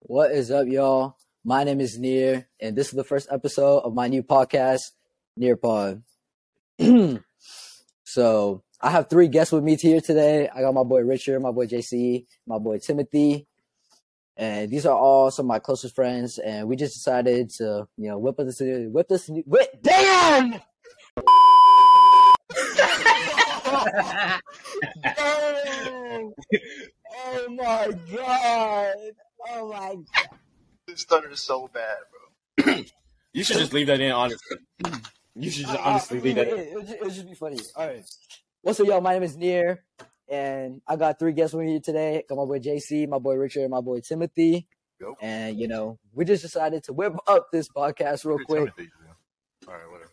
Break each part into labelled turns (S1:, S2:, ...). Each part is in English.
S1: What is up, y'all? My name is Near, and this is the first episode of my new podcast, Nearpod. so I have three guests with me here today. I got my boy Richard, my boy JC, my boy Timothy, and these are all some of my closest friends. And we just decided to, you know, whip up this, whip this, whip, damn.
S2: Dang! Oh my god! Oh my
S3: This stutter is so bad,
S4: You should just leave that in, honestly. You should just
S2: Uh,
S4: honestly leave that
S1: it,
S4: in.
S1: it, would ju- it would just be funny. All right. What's up, y'all? My name is Near, and I got three guests with me here today. Got my boy JC, my boy Richard, and my boy Timothy.
S3: Yep.
S1: And you know, we just decided to whip up this podcast real
S3: bro.
S1: quick.
S3: All right, whatever.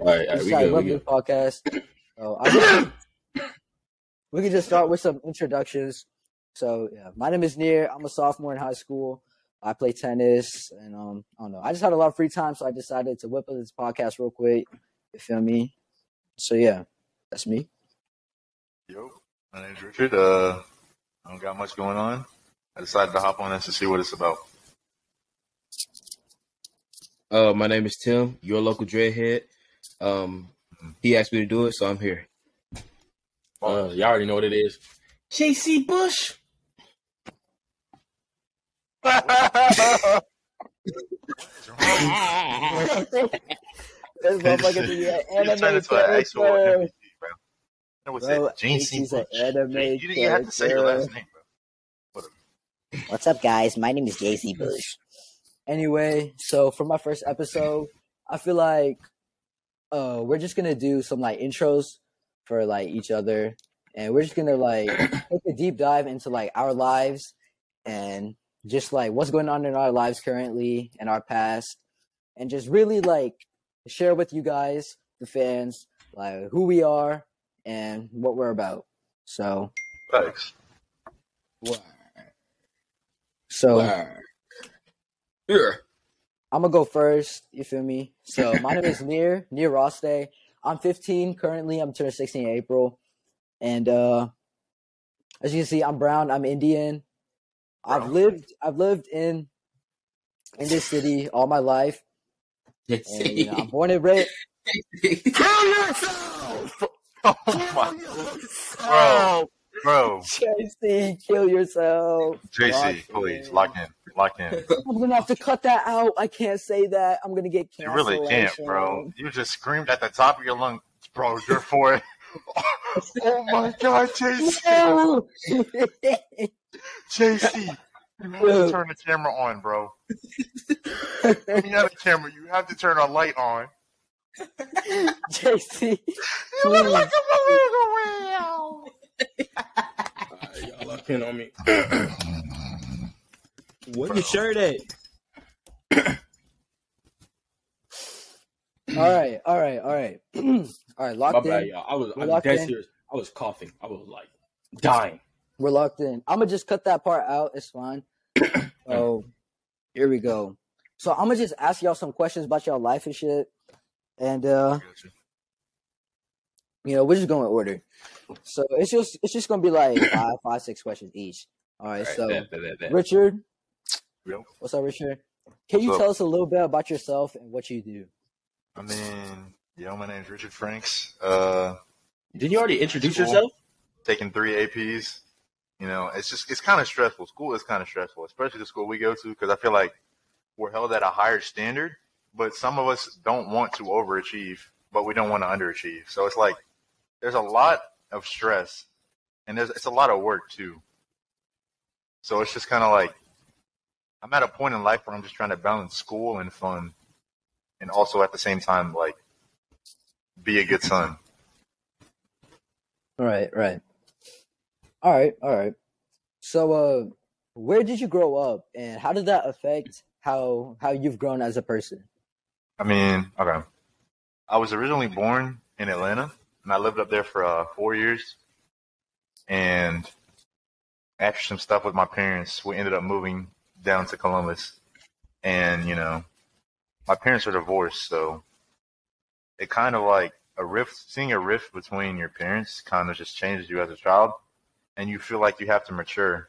S4: All right, all
S1: We
S4: right, we
S1: decided to
S4: good, we
S1: whip
S4: good.
S1: this podcast. So I guess we can just start with some introductions. So yeah, my name is Near. I'm a sophomore in high school. I play tennis, and um, I don't know. I just had a lot of free time, so I decided to whip up this podcast real quick. You feel me? So yeah, that's me.
S3: Yo, my name's Richard. Uh, I don't got much going on. I decided to hop on this to see what it's about.
S4: Uh, my name is Tim, your local dreadhead. Um, he asked me to do it, so I'm here. Uh, y'all already know what it is. JC Bush.
S1: This motherfucker be an
S3: You turned
S1: anime
S3: into an actual
S1: character.
S3: MVP, bro. No, what's
S1: Bro,
S3: that? Gene C.
S1: he's an
S3: Bush.
S1: anime
S3: You didn't even have to say your
S1: character.
S3: last name, bro.
S5: What's up, guys? My name is JC Bush.
S1: Anyway, so for my first episode, I feel like uh we're just gonna do some like intros for like each other, and we're just gonna like take a deep dive into like our lives and just like what's going on in our lives currently and our past, and just really like share with you guys, the fans, like who we are and what we're about. So,
S3: Thanks.
S1: so.
S4: Yeah.
S1: I'm gonna go first. You feel me? So my name is Near Near Roste. I'm 15 currently. I'm turning 16 in April, and uh, as you can see, I'm brown. I'm Indian. I've
S3: Brown.
S1: lived I've lived in in this city all my life. And, you know, I'm born and raised.
S2: Kill yourself!
S3: Oh my,
S2: Kill yourself!
S3: bro.
S1: JC, kill yourself.
S3: JC,
S1: Lock
S3: please
S1: in.
S3: lock in, lock in.
S1: I'm gonna have to cut that out. I can't say that. I'm gonna get
S3: You
S1: canceled.
S3: really can't, bro. You just screamed at the top of your lungs, bro. You're for it. oh my God, JC. JC, you have to
S1: Dude.
S3: turn the camera on, bro. you have a camera. You have to turn a light on.
S1: JC,
S3: You look
S1: Please.
S3: like a balloon around.
S4: y'all lock in on me.
S2: What your shirt at?
S1: all right, all right, all right, all right.
S4: My
S1: Locked
S4: bad,
S1: in.
S4: y'all. I was,
S1: We're
S4: I'm
S1: locked
S4: dead
S1: in.
S4: serious. I was coughing. I was like dying.
S1: We're locked in. I'm gonna just cut that part out. It's fine. so here we go. So I'm gonna just ask y'all some questions about y'all life and shit, and uh, you know we're just going in order. So it's just it's just gonna be like five, five, six questions each. All right.
S4: All right,
S1: so
S4: that- that- that- that.
S1: Richard,
S3: Yo.
S1: what's up, Richard? Can you
S3: What's up?
S1: tell us a little bit about yourself and what you do?
S3: I mean, yo, my name's Richard Franks. Uh,
S4: Did you already introduce
S3: Cool.
S4: yourself?
S3: taking three APs. You know, it's just it's kind of stressful. School is kind of stressful, especially the school we go to, because I feel like we're held at a higher standard. But some of us don't want to overachieve, but we don't want to underachieve. So it's like there's a lot of stress, and there's it's a lot of work too. So it's just kind of like I'm at a point in life where I'm just trying to balance school and fun, and also at the same time like be a good son.
S1: Right, right. All right, all right. So uh where did you grow up and how did that affect how how you've grown as a person?
S3: I mean, okay. I was originally born in Atlanta, and I lived up there for uh, four years. And after some stuff with my parents, we ended up moving down to Columbus. And you know, my parents are divorced, so it kind of like a rift, seeing a rift between your parents kind of just changes you as a child, and you feel like you have to mature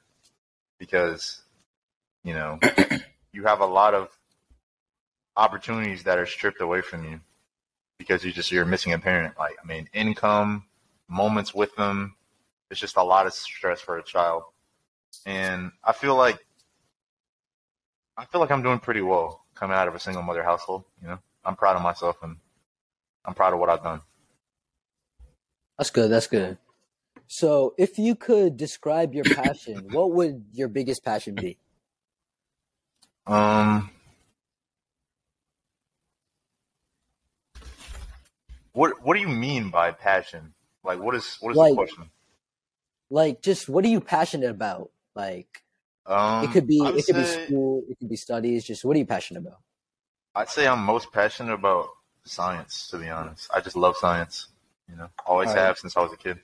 S3: because, you know, you have a lot of opportunities that are stripped away from you because you just you're missing a parent. Like I mean, income, moments with them, it's just a lot of stress for a child, and I feel like I feel like I'm doing pretty well coming out of a single mother household. You know, I'm proud of myself and I'm proud of what I've done.
S1: That's good. That's good. So, if you could describe your passion, what would your biggest passion be?
S3: Um, what what do you mean by passion? Like, what is what is
S1: Like-
S3: the question?
S1: Like, just what are you passionate about? Like,
S3: Um,
S1: it could be
S3: I would
S1: it could
S3: say-
S1: be school, it could be studies. Just what are you passionate about?
S3: I'd say I'm most passionate about science. To be honest, I just love science. You know, always
S1: Alright.
S3: have since I was a kid.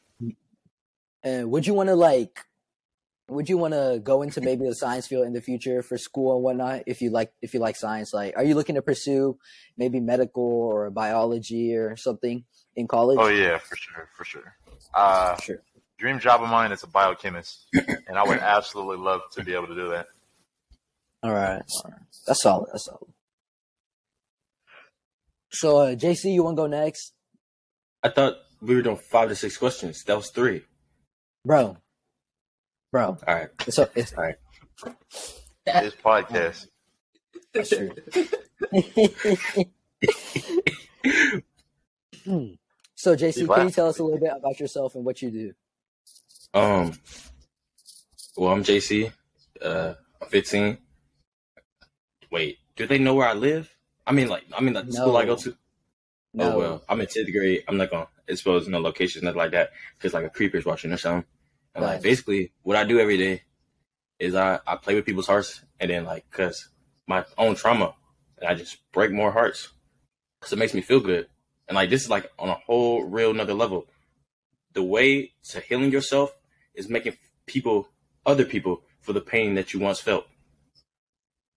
S1: And would you want to like, would you want to go into maybe the science field in the future for school and whatnot? If you like, if you like science, like, are you looking to pursue maybe medical or biology or something in college?
S3: Oh yeah, for sure, for sure. Uh,
S1: Sure.
S3: Dream job of mine is a biochemist, and I would absolutely love to be able to do that.
S1: All right, all right. that's solid. That's solid. So, uh, JC, you want to go next,
S4: I thought we were doing five to six questions. That was three.
S1: bro? Bro,
S4: All right.
S1: it's a, it's
S3: This podcast.
S1: that's true. so, JC, can you tell us a little bit about yourself and what you do?
S4: Oh, Um. Well, I'm JC. Uh, I'm 15. Wait, do they know where I live? I mean, like, I mean, like, the school I go
S1: No.
S4: to.
S1: No.
S4: Oh well, I'm in 10th grade. I'm not gonna expose no locations, nothing like that, because like a creeper's watching or something. And like
S1: Right.
S4: basically, what I do every day is I I play with people's hearts, and then like, cause my own trauma, and I just break more hearts, cause it makes me feel good. And like this is like on a whole real another level. The way to healing yourself is making people, other people, for the pain that you once felt.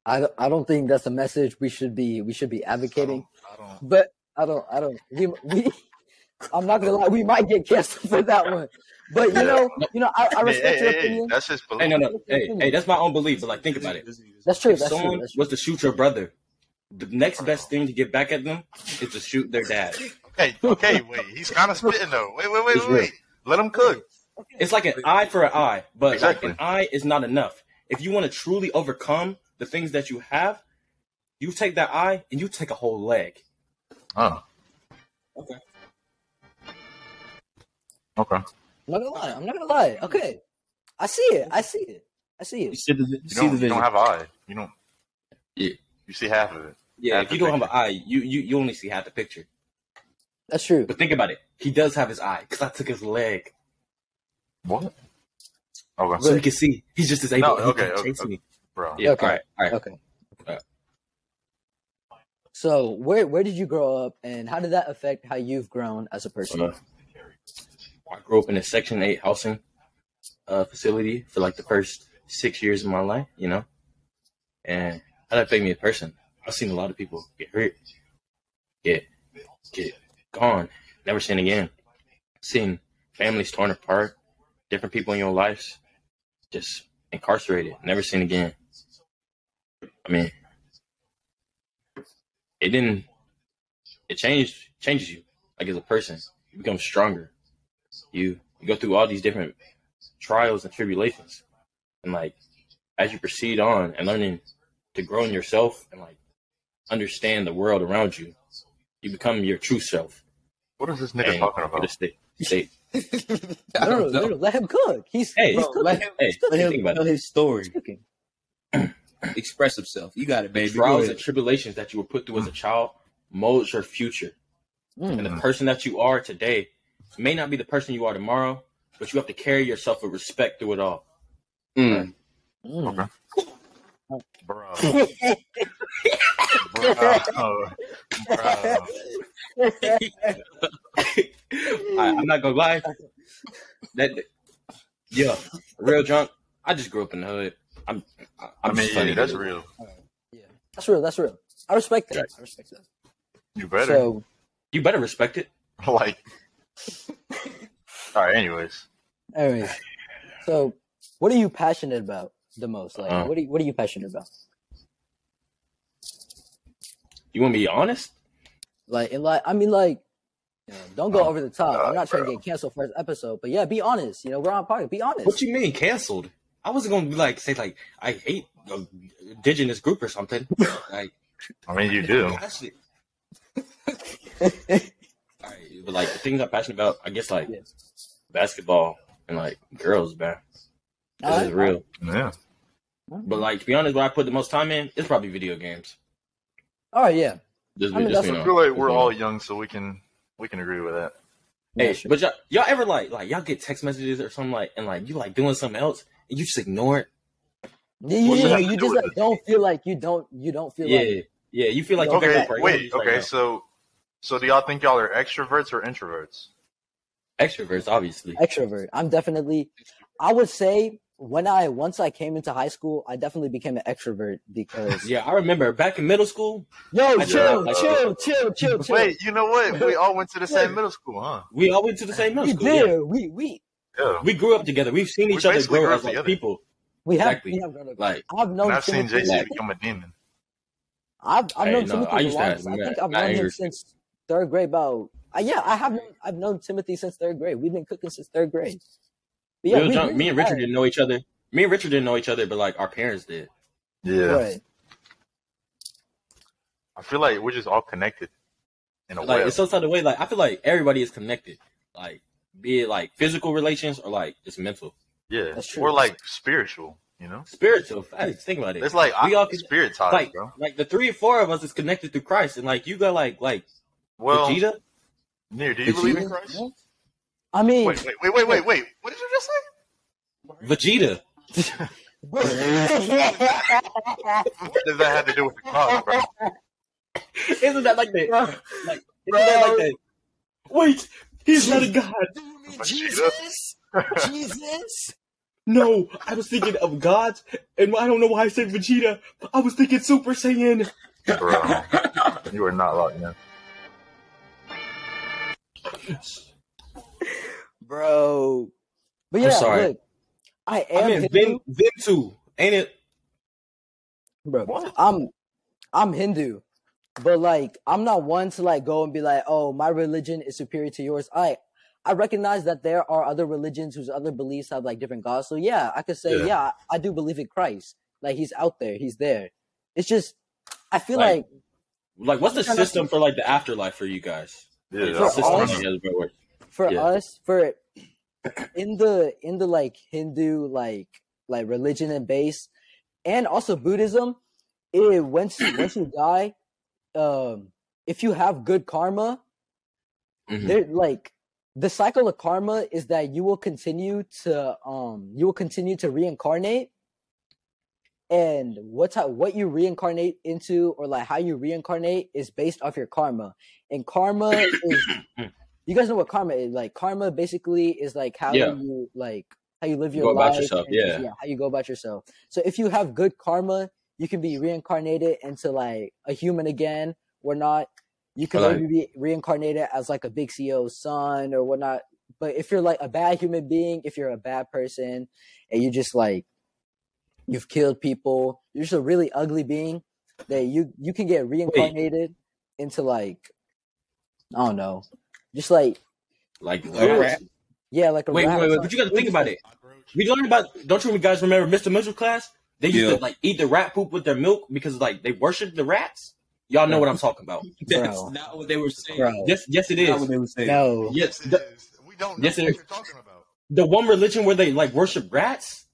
S1: I don't, I don't think that's a message we should be we should be advocating.
S3: I don't, I don't,
S1: But I don't I don't we, we I'm not gonna lie, we might get canceled for that one. But you know you know I, I
S3: Hey,
S1: respect
S3: hey,
S1: your
S3: hey,
S1: opinion.
S3: that's just
S4: Hey,
S3: belief.
S4: no, no, hey, hey, that's my own belief. But like, think about it.
S1: That's true.
S4: if
S1: That's
S4: someone
S1: true. That's true.
S4: was to shoot your brother, the next best thing to get back at them is to shoot their dad.
S3: Okay, okay, wait. He's kind of spitting though. Wait, wait, wait,
S4: It's
S3: wait, wait. Let him cook.
S4: It's like an eye for an eye, but
S3: Exactly.
S4: like an eye is not enough. If you want to truly overcome the things that you have, you take that eye and you take a whole leg.
S3: Oh.
S4: Okay.
S3: Okay.
S1: I'm not gonna lie. I'm not gonna lie. Okay, I see it. I see it. I see
S4: You
S1: it.
S4: see the,
S3: You don't, you don't have an eye. You don't.
S4: Yeah.
S3: You see half of it.
S4: yeah,
S3: half
S4: if
S3: the
S4: you don't have an
S3: picture.
S4: eye, you, you, you only see half the picture.
S1: That's true.
S4: But think about it. He does have his eye because I took his leg.
S3: What? Okay.
S4: So he can see. He's just as able
S3: No,
S4: he
S3: okay,
S4: can
S3: okay,
S4: chase
S3: okay.
S4: me.
S3: Bro.
S4: Yeah,
S1: Okay.
S4: all right, all right.
S1: Okay.
S4: Uh.
S1: So where where did you grow up, and how did that affect how you've grown as a person?
S4: Uh, I grew up in a Section 8 housing uh, facility for like the first six years of my life, you know? And that affected me as a person. I've seen a lot of people get hurt, get, get gone, never seen again. Seen families torn apart, different people in your lives just incarcerated, never seen again. I mean, it didn't, it changed, changes you, like as a person you become stronger. You you go through all these different trials and tribulations, and like as you proceed on and learning to grow in yourself and like understand the world around you, you become your true self.
S3: What is this nigga
S4: And
S3: talking
S4: for the
S3: about?
S4: state, state.
S1: No, no, no, no, let him cook. He's
S4: Hey,
S1: he's
S6: Bro,
S1: cooking.
S6: let him,
S4: hey,
S6: let
S4: think
S6: him
S4: about
S6: tell
S4: it.
S6: his story.
S1: Cooking.
S6: Express himself. You got it,
S4: The
S6: baby. Go
S4: trials and
S6: ahead.
S4: tribulations that you were put through as a child molds your future,
S1: Mm.
S4: and the person that you are today may not be the person you are tomorrow, but you have to carry yourself with respect through it all.
S6: Mm.
S1: Mm.
S3: Bro. Bro. Bro.
S4: I, I'm not gonna lie. That yeah, real drunk. I just grew up in the hood. I'm. I-
S3: I
S4: I'm
S3: mean,
S4: just funny.
S3: yeah, that's real.
S1: That's real. That's real. I respect that. I respect that.
S3: You better.
S1: So
S4: You better respect it.
S3: like, all right. Anyways,
S1: Anyways, so what are you passionate about the most? Like,
S4: Uh.
S1: what are you, what are you passionate about?
S4: You want me to be honest?
S1: Like, and like, I mean, like, you know, don't go
S4: Uh.
S3: Oh,
S1: over the top. I'm
S3: God,
S1: not trying
S3: bro.
S1: to get canceled first episode, but yeah, be honest. You know, we're on podcast. Be honest.
S4: What you mean canceled? I wasn't gonna be like say like I hate the indigenous group or something. like
S3: I mean, you do.
S4: That shit. Alright, but like the things I'm passionate about, I guess like basketball and like girls, man. This
S1: All
S4: is
S1: right.
S4: real.
S3: Yeah.
S4: But like to be honest, what I put the most time in is probably video games.
S1: All right, yeah.
S4: Just,
S1: I mean,
S4: just
S1: that's-
S4: being
S3: I feel like
S4: honest.
S3: we're all young, so we can we can agree with that.
S1: Yeah,
S4: Hey,
S1: sure.
S4: but y'all, y'all ever like like y'all get text messages or something like and like you like doing something else and you just ignore it.
S1: Yeah, you,
S3: What's
S1: you,
S3: that
S1: you
S3: to do
S1: just
S3: with
S1: like
S3: it?
S1: don't feel like you don't you don't feel
S4: Yeah,
S1: like
S4: yeah. You feel like you
S3: Okay.
S4: picked up
S3: Wait.
S4: right
S3: Okay.
S4: now.
S3: So, so do y'all think y'all are extroverts or introverts?
S4: extroverts, obviously.
S1: extrovert. I'm definitely. I would say when I once I came into high school, I definitely became an extrovert because
S4: Yeah, I remember back in middle school,
S1: yo,
S4: I
S1: chill,
S3: do.
S1: chill, chill, chill, chill.
S3: Wait. You know what? We all went to the same middle school, huh?
S4: we all went to the same middle
S1: we
S4: school. yeah.
S1: did. We we
S3: Yeah.
S4: We grew up together. We've seen
S3: We
S4: each other
S3: basically
S4: grow
S3: grew
S4: as
S3: up
S4: like
S3: together.
S4: people.
S1: we have
S4: Exactly.
S1: we have grown up.
S4: Like
S1: I've known
S3: And I've seen
S1: Timothy-
S3: JC become a demon.
S1: I've I've
S4: Hey,
S1: known
S4: no,
S1: Timothy
S4: I
S1: the
S4: used to have
S1: longest. I
S4: mad-
S1: think I've
S4: mad
S1: known him
S4: anger.
S1: since third grade. About uh, yeah, I have known, I've known Timothy since third grade. We've been cooking since third grade. But
S4: real
S1: we-
S4: junk,
S1: we-
S4: me and Richard
S1: right,
S4: didn't know each other. Me and Richard didn't know each other, but like our parents did.
S3: Yeah.
S1: right.
S3: I feel like we're just all connected in a
S4: Like
S3: way.
S4: it's outside the way. Like I feel like everybody is connected. Like be it like physical relations or like it's mental,
S3: yeah.
S1: that's true.
S3: We're like spiritual, you know?
S4: spiritual. Facts. Think about it.
S3: It's like
S4: We
S3: I,
S4: all-
S3: spirit ties,
S4: like
S3: bro.
S4: like the three or four of us is connected through Christ, and like you got like like
S3: Well,
S4: Vegeta.
S3: near. Do you believe in Christ?
S1: I mean,
S3: Wait, wait, wait, wait, wait, wait. What did you just say?
S4: Vegeta.
S3: What does that have to do with the cause, bro?
S4: Isn't that like that? Like, isn't that like that? Wait, he's not a god.
S2: Jesus? Jesus?
S4: No, I was thinking of gods, and I don't know why I said Vegeta, but I was thinking Super Saiyan.
S3: bro? You are not locked in.
S2: Bro.
S1: but yeah,
S4: sorry.
S1: look, I
S4: I
S1: am
S4: mean,
S1: Hindu,
S4: Vin, Vintu, ain't it?
S1: bro. I'm I'm Hindu, but like I'm not one to like go and be like, oh, my religion is superior to yours. I I recognize that there are other religions whose other beliefs have like different gods. So yeah, I could say
S3: Yeah.
S1: yeah, I, I do believe in Christ. Like he's out there, he's there. It's just I feel
S4: Like,
S1: like
S4: Like, what's the system for like the afterlife for you guys?
S3: Yeah,
S4: Like,
S3: that's-
S4: the system
S1: us?
S4: you guys been working-
S1: for
S4: Yeah.
S1: us for in the in the like hindu like like religion and base and also buddhism it once you once you die um if you have good karma
S4: Mhm.
S1: there like the cycle of karma is that you will continue to um you will continue to reincarnate and what type, what you reincarnate into or like how you reincarnate is based off your karma and karma is you guys know what karma is like karma basically is like how
S4: Yeah.
S1: you like how you live
S4: You
S1: your
S4: go about
S1: life
S4: yourself,
S1: and
S4: yeah.
S1: how you go about yourself so if you have good karma you can be reincarnated into like a human again or not you can
S4: Right.
S1: maybe be reincarnated as like a big E CEO's son or whatnot. But if you're like a bad human being, if you're a bad person and you just like you've killed people, you're just a really ugly being, that you you can get reincarnated into like I don't know. Just like
S4: Like,
S6: Like,
S4: wait,
S6: rat.
S1: yeah, like a
S4: wait,
S1: rat or
S4: wait, wait,
S1: something.
S4: but you gotta think about it. We learned about. Don't you guys remember Mr. Mitchell class? They used to
S6: Yeah.
S4: like eat the rat poop with their milk because like they worship the rats. Y'all know what I'm talking about.
S6: That's
S1: Bro.
S6: not what they were saying.
S1: Bro,
S4: Yes, yes, it
S6: That's not what
S4: is.
S6: they were saying.
S1: no.
S4: Yes,
S3: it
S4: the,
S3: is. We don't
S4: Yes, it is.
S3: talking about.
S4: the one religion where they like worship rats.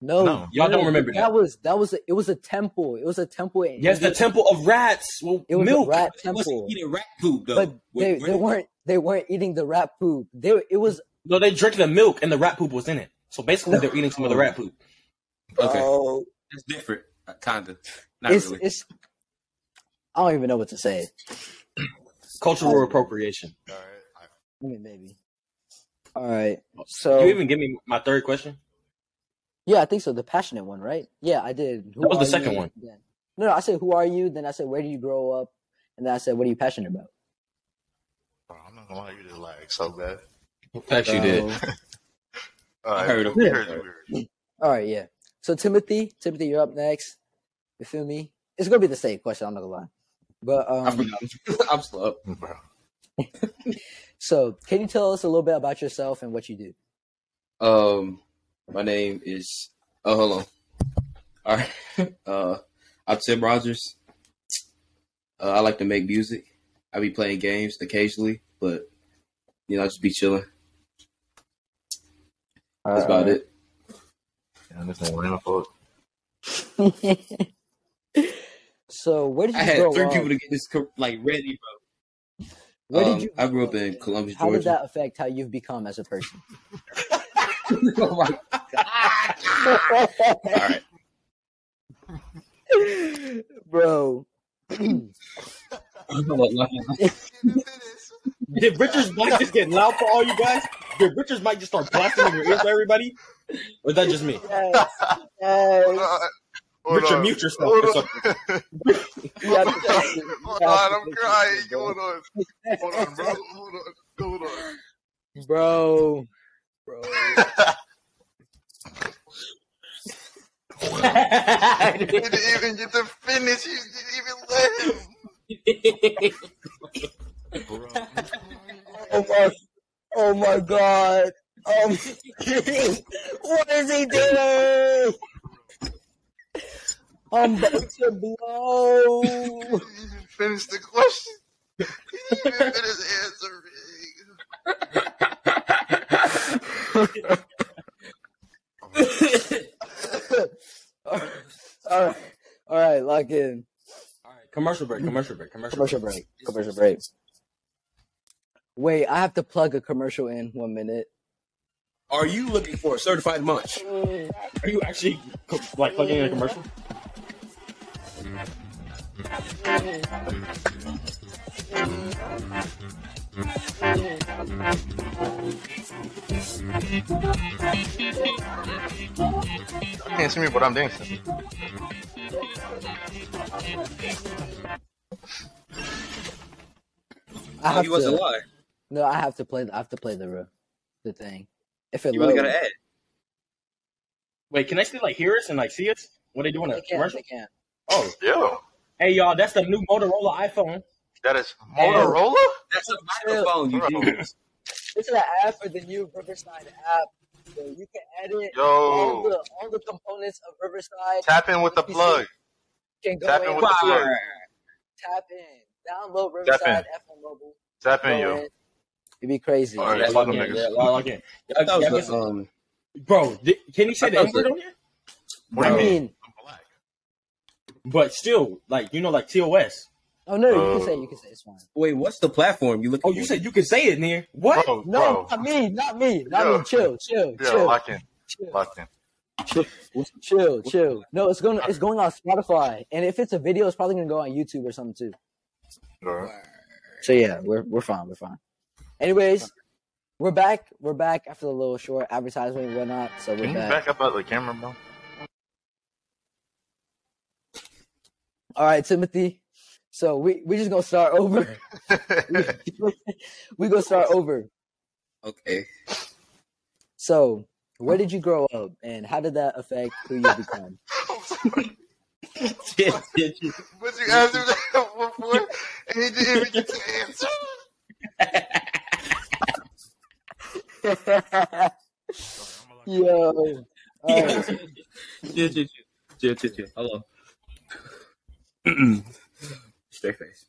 S1: No.
S3: No.
S4: Y'all don't
S1: no,
S4: remember that.
S1: That was that was a, it was a temple. It was a temple in
S4: Yes, the
S1: India.
S4: temple of rats. Well,
S1: it was
S4: milk.
S1: a rat
S6: They must
S1: temple.
S6: eat a rat poop though.
S1: but
S6: Where-
S1: they,
S6: where-
S1: they weren't they weren't eating the rat poop. They it was
S4: No, they drank the milk and the rat poop was in it. So basically, they're eating some of the rat poop.
S6: Okay,
S1: oh,
S6: that's different. Uh, kinda. Not
S1: it's
S6: really.
S1: it's. I don't even know what to say. Oh.
S4: Cultural appropriation.
S3: All right.
S1: I mean, maybe. All right.
S4: You
S1: So
S4: even give me my third question.
S1: yeah, I think so. The passionate one, right? Yeah, I did. Who
S4: That was the
S1: are
S4: second
S1: you?
S4: one.
S1: Then- No, no. I said, "Who are you?" Then I said, "Where do you grow up?" And then I said, "What are you passionate about?"
S3: I, am not No wonder you just lag so bad.
S4: Facts you did.
S1: So-
S3: All right,
S6: heard him.
S3: we heard you, we heard you.
S1: All right, yeah. So Timothy, Timothy, you're up next. You feel me? It's gonna be the same question. I'm not gonna lie. But
S6: I
S1: um,
S6: forgot. I'm slow. up.
S3: Bro.
S1: so can you tell us a little bit about yourself and what you do?
S6: Um, my name is. Oh, hold on. All right. Uh, I'm Tim Rogers. Uh, I like to make music. I be playing games occasionally, but you know, I just be chilling. That's about
S1: Uh,
S6: it.
S3: Damn, this one went up.
S1: So where did you
S6: I had
S1: grow
S6: three
S1: up?
S6: people to get this cor- like ready, bro.
S1: where did
S6: Um,
S1: you?
S6: I grew up in Columbus,
S1: How did
S6: Georgia.
S1: that affect how you've become as a person?
S6: oh my All right.
S1: Bro,
S7: Did Richard's mic just get loud for all you guys? Did Richard's mic just start blasting in your ears for everybody? Or is that just me?
S5: Yes,
S3: Hold
S5: yes.
S3: on. Hold
S7: Richard,
S3: on.
S7: mute yourself.
S3: uh, Hold
S7: It's
S3: on.
S1: you have to fix it. You
S3: Hold
S1: have
S3: on,
S1: to
S3: Oh, I'm
S1: fix it,
S3: crying.
S1: bro.
S3: Hold on. Hold on, bro. Hold on. Hold on.
S1: bro.
S3: You didn't even get to finish. You didn't even let him.
S5: Oh my, oh my god. Um, what is he doing?
S1: I'm about to
S3: He
S1: blow.
S3: didn't even finish the question. He didn't even finish answering.
S1: All right, all right, lock in.
S4: Commercial break. Commercial break. Commercial,
S1: Commercial break. Commercial break. Wait, I have to plug a commercial in one minute.
S7: Are you looking for a certified munch?
S4: Are you actually co- like plugging in a commercial?
S3: You can't see me, but I'm dancing.
S1: I have
S6: he wasn't
S1: to,
S6: lying.
S1: no, I have to play. I have to play the ro- the thing. If it
S6: You really
S1: loads,
S6: gotta add.
S4: Wait, can they still like hear us and like see us? What they doing? A
S1: they can,
S4: commercial?
S1: they can.
S4: Oh,
S3: Yo,
S4: hey y'all, that's the new Motorola iPhone.
S3: that is Motorola?
S6: That's a microphone, you
S3: Bro.
S6: genius.
S1: This is an app for the new Riverside app. So you can edit all
S3: Yo,
S1: the all the components of Riverside.
S3: Oh. tap in with the plug.
S1: You can go
S3: Tap
S1: in,
S3: in with the plug.
S1: tap in, download
S3: Tap in.
S1: Riverside FM mobile.
S3: Tap in,
S1: go
S3: yo.
S1: in. It'd be crazy.
S3: All right.
S4: Yeah, log in. Yeah, log in.
S6: I thought it was the, um,
S4: Bro, di- can you say the
S6: I thought
S4: N word
S6: so.
S4: on here?
S3: What
S1: I
S3: do you mean?
S1: mean,
S4: But still, like you know, like TOS.
S1: oh no, you
S3: Uh,
S1: can say you can say it's fine.
S6: wait, what's the platform you look?
S4: Oh, you said you could say it, near What?
S3: Bro,
S1: No,
S3: oh, bro.
S1: not me, not me, not
S3: Yo.
S1: me. Chill, chill,
S3: Yo,
S1: chill,
S3: lock in. Locked in.
S1: chill, chill. No, it's going to it's going on Spotify, and if it's a video, it's probably gonna go on YouTube or something too.
S3: Bro.
S1: So yeah, we're we're fine, we're fine. Anyways, we're back, we're back after the little short advertisement and whatnot. So
S3: Can
S1: we're
S3: you
S1: back.
S3: back up out the camera, bro?
S1: All right, Timothy. So we we just gonna start over. we gonna start over.
S6: Okay.
S1: So where did you grow up, and how did that affect who you become?
S6: Did- did you-
S3: But you asked him that before, and he didn't even get to answer.
S1: Yo. All right.
S6: did you- did you- did you- Hello. Straight face.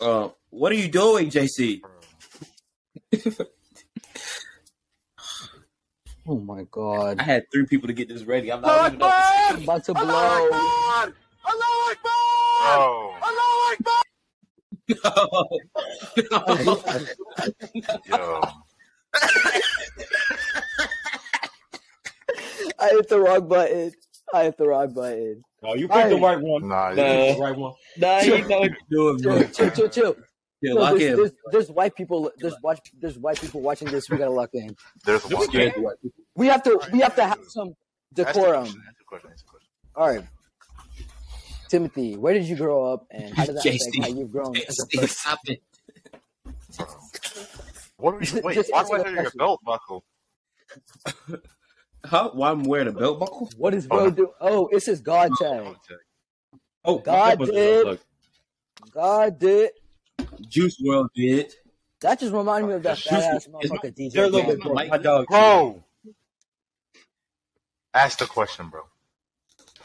S6: Uh, what are you doing, JC?
S1: Oh my god. Oh
S6: I had three people to get this ready. I'm not even up.
S1: I'm about to blow.
S3: Bro.
S6: No.
S3: Yo.
S1: I hit the wrong button. I hit the wrong button.
S4: Oh, you picked the
S1: Hey.
S4: right one.
S3: Nah, you-
S4: The right one.
S1: Nah,
S6: you know Do
S1: chill,
S6: it, bro.
S1: chill, chill, chill.
S6: Yeah,
S1: No,
S6: lock
S1: there's,
S6: in.
S1: there's, there's white people. There's watch. There's white people watching this. We gotta lock in.
S3: there's one.
S6: Scared
S3: That's
S6: the white people.
S1: We have to. We have to have some
S3: the
S1: decorum.
S3: question, That's the question. That's the question.
S1: All right. Timothy, where did you grow up, and how did that affect
S6: JC.
S1: how you've grown? as a
S6: Stop it.
S3: What are you? Wait,
S1: Just
S3: why do
S1: answer the
S3: I hear your
S1: question.
S3: belt buckle?
S6: Huh? Why I'm wearing a belt buckle?
S1: What is bro
S3: Oh.
S1: do? Oh, it says God tag.
S6: Oh,
S1: God
S4: Look,
S1: did.
S4: look,
S1: God did.
S6: Juice World did.
S1: That just reminded me of that
S3: It's
S1: fat ass
S6: it's
S1: motherfucker DJ.
S7: They're a little
S1: Khaled.
S7: bit broke. My dog.
S3: Bro, ask the question, bro.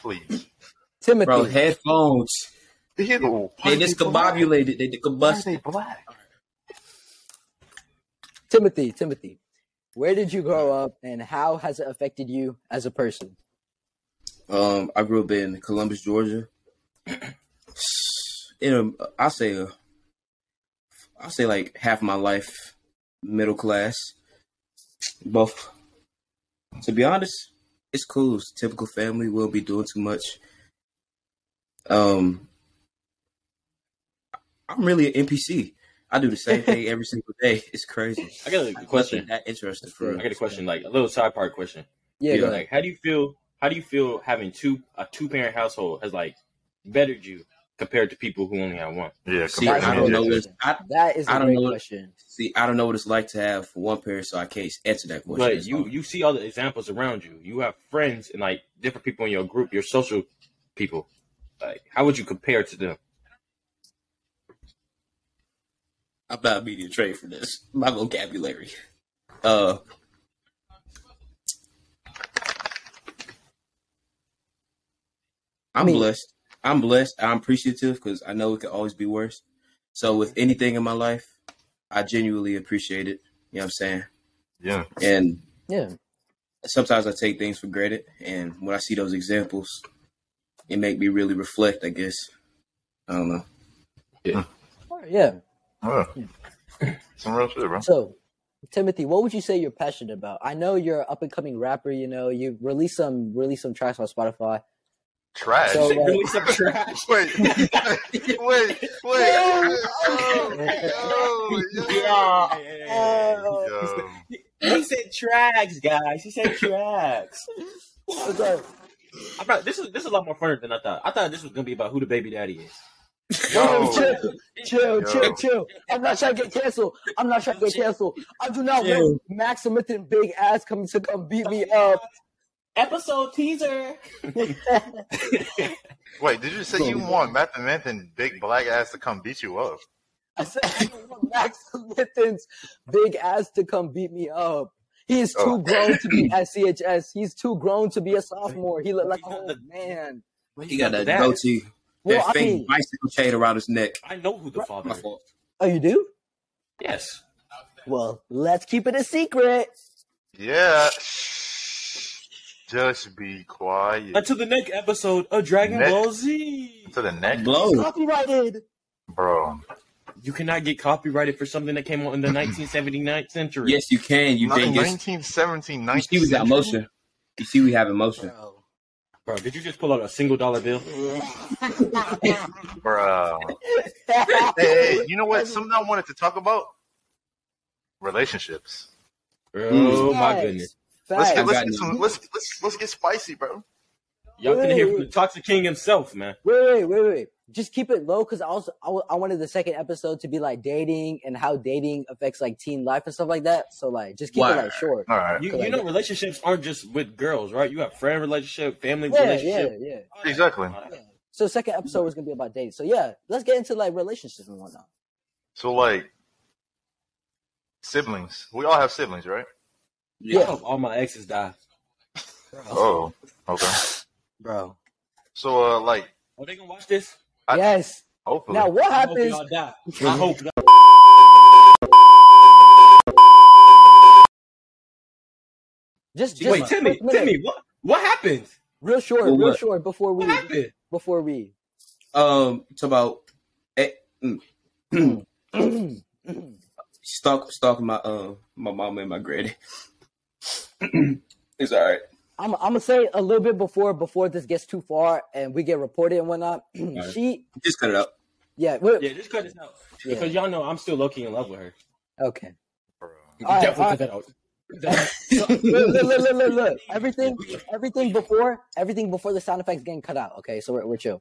S3: Please.
S1: Timothy.
S6: Bro, headphones.
S3: Ew, why
S6: They
S3: are they black?
S6: discombobulated. They
S3: Why are
S6: discombust.
S3: they black?
S1: Timothy. Timothy. Where did you grow up, and how has it affected you as a person?
S6: Um, I grew up in Columbus, Georgia. In um, I say, uh, I say like half my life, middle class. Both. To be honest, it's cool. It's typical family. We'll be doing too much. Um, I'm really an NPC. I do the same thing every single day. It's crazy.
S4: I got a
S6: Nothing
S4: question.
S6: that interesting for
S4: I
S6: real.
S4: got a question, like a little side part question.
S1: Yeah,
S6: Yeah.
S1: go ahead.
S4: Like, how do you feel? How do you feel having two a two parent household has like bettered you compared to people who only have one?
S3: Yeah,
S6: See,
S3: compared to
S6: I
S3: me,
S6: don't know
S3: yeah.
S6: what it's, I,
S1: that is a
S6: I don't
S1: great
S6: know.
S1: question.
S6: See, I don't know what it's like to have one parent, so I can't answer that question.
S4: But
S6: That's
S4: you
S6: all.
S4: you see all the examples around you. You have friends and like different people in your group, your social people. Like, how would you compare to them?
S6: I'm not media trained for this. My vocabulary. Uh, I'm
S1: Me.
S6: blessed. I'm blessed. I'm appreciative because I know it could always be worse. So with anything in my life, I genuinely appreciate it. You know what I'm saying?
S3: Yeah.
S6: And
S1: Yeah,
S6: sometimes I take things for granted, and when I see those examples, it make me really reflect. I guess I don't know.
S1: Alright, yeah.
S3: Yeah. Some real shit, bro.
S1: So, Timothy, what would you say you're passionate about? I know you're an up and coming rapper. You know, you release some release some tracks on Spotify.
S3: Trash.
S1: So, like,
S7: Really some trash.
S3: Wait, wait, wait, wait. Yo, yo, yo. Yo.
S7: He said tracks, guys. He said tracks.
S1: it's like,
S4: I thought this is this is a lot more fun than I thought. I thought this was gonna be about who the baby daddy is.
S1: Yo,
S3: Yo.
S1: chill, chill,
S3: Yo.
S1: chill, chill. I'm not trying to get canceled. I'm not trying to get canceled. I do not want Max Smith and Big Ass coming to come beat me up.
S7: Episode teaser.
S3: Wait, did you say you want Matt the Myth and Big Black Ass to come beat you up?
S1: I said I don't want Max Smithen's Big Ass to come beat me up. He is too
S3: Oh.
S1: grown to be at CHS. He's too grown to be a sophomore. He looked like an old man.
S6: He got that
S4: That-
S6: goatee,
S1: Well,
S6: that
S1: I
S6: fake
S1: mean,
S6: bicycle chain around his neck.
S4: I know who the father
S6: My
S4: is.
S6: fault.
S1: oh, you do?
S4: Yes.
S1: Well, let's keep it a secret.
S3: Yeah. Just be quiet.
S4: Until the next episode of Dragon
S3: Next.
S4: Ball Z.
S3: To the neck,
S6: Blow.
S1: Copyrighted.
S3: bro.
S4: You cannot get copyrighted for something that came out in the 1979 century.
S6: Yes, you can. You
S3: Not in
S6: think it's
S3: 1917,
S6: you see we got
S3: 1917.
S6: motion. You see we have emotion.
S4: Bro, did you just pull out a single dollar bill?
S3: Bro. hey, hey, you know what? Something I wanted to talk about? Relationships.
S4: Oh my goodness.
S3: Let's
S1: Facts.
S3: get, let's
S6: got
S3: get some.
S6: nothing.
S3: Let's let's let's get spicy, bro.
S4: Y'all can hear from the Toxic King himself, man.
S1: Wait, wait, wait, wait. Just keep it low because I also I, wa- I wanted the second episode to be like dating and how dating affects like teen life and stuff like that. So like, just keep it like short.
S3: All right.
S4: You, you know relationships aren't just with girls, right? You have friend relationship, family
S1: Yeah, yeah,
S4: relationship.
S1: yeah.
S4: all that.
S3: Exactly.
S1: So second episode was gonna be about dating. So yeah, let's get into like relationships and whatnot.
S3: So like siblings. We all have siblings, right?
S4: I hope all my exes die.
S3: Oh. Okay.
S1: Bro.
S3: So uh like
S4: Are they gonna watch this?
S3: I-
S1: yes.
S3: hopefully
S1: Now what
S7: I hope
S1: happens?
S7: y'all die.
S4: I hope.
S1: Just, just
S4: Wait, Timmy,
S1: quick minute.
S4: Timmy, what what happened?
S1: Real short,
S6: Well,
S1: real
S6: what?
S1: short. Before we,
S4: What happened?
S1: before we.
S6: Um, it's about eh, mm,
S1: Wait,
S6: stalk stalking my uh my mama and my granny. it's all right.
S1: I'm, I'm gonna say a little bit before before this gets too far and we get reported and whatnot. she,
S6: Just cut it out.
S1: yeah, wait,
S4: Yeah, just cut this out
S1: Yeah.
S4: because y'all know I'm still lucky in love with her.
S1: okay.
S3: bro.
S1: All right,
S4: Definitely
S1: all right.
S4: cut that out. That-
S1: look, look, look, look, look, look. Everything, everything before, everything before the sound effects getting cut out. Okay, so we're, we're chill.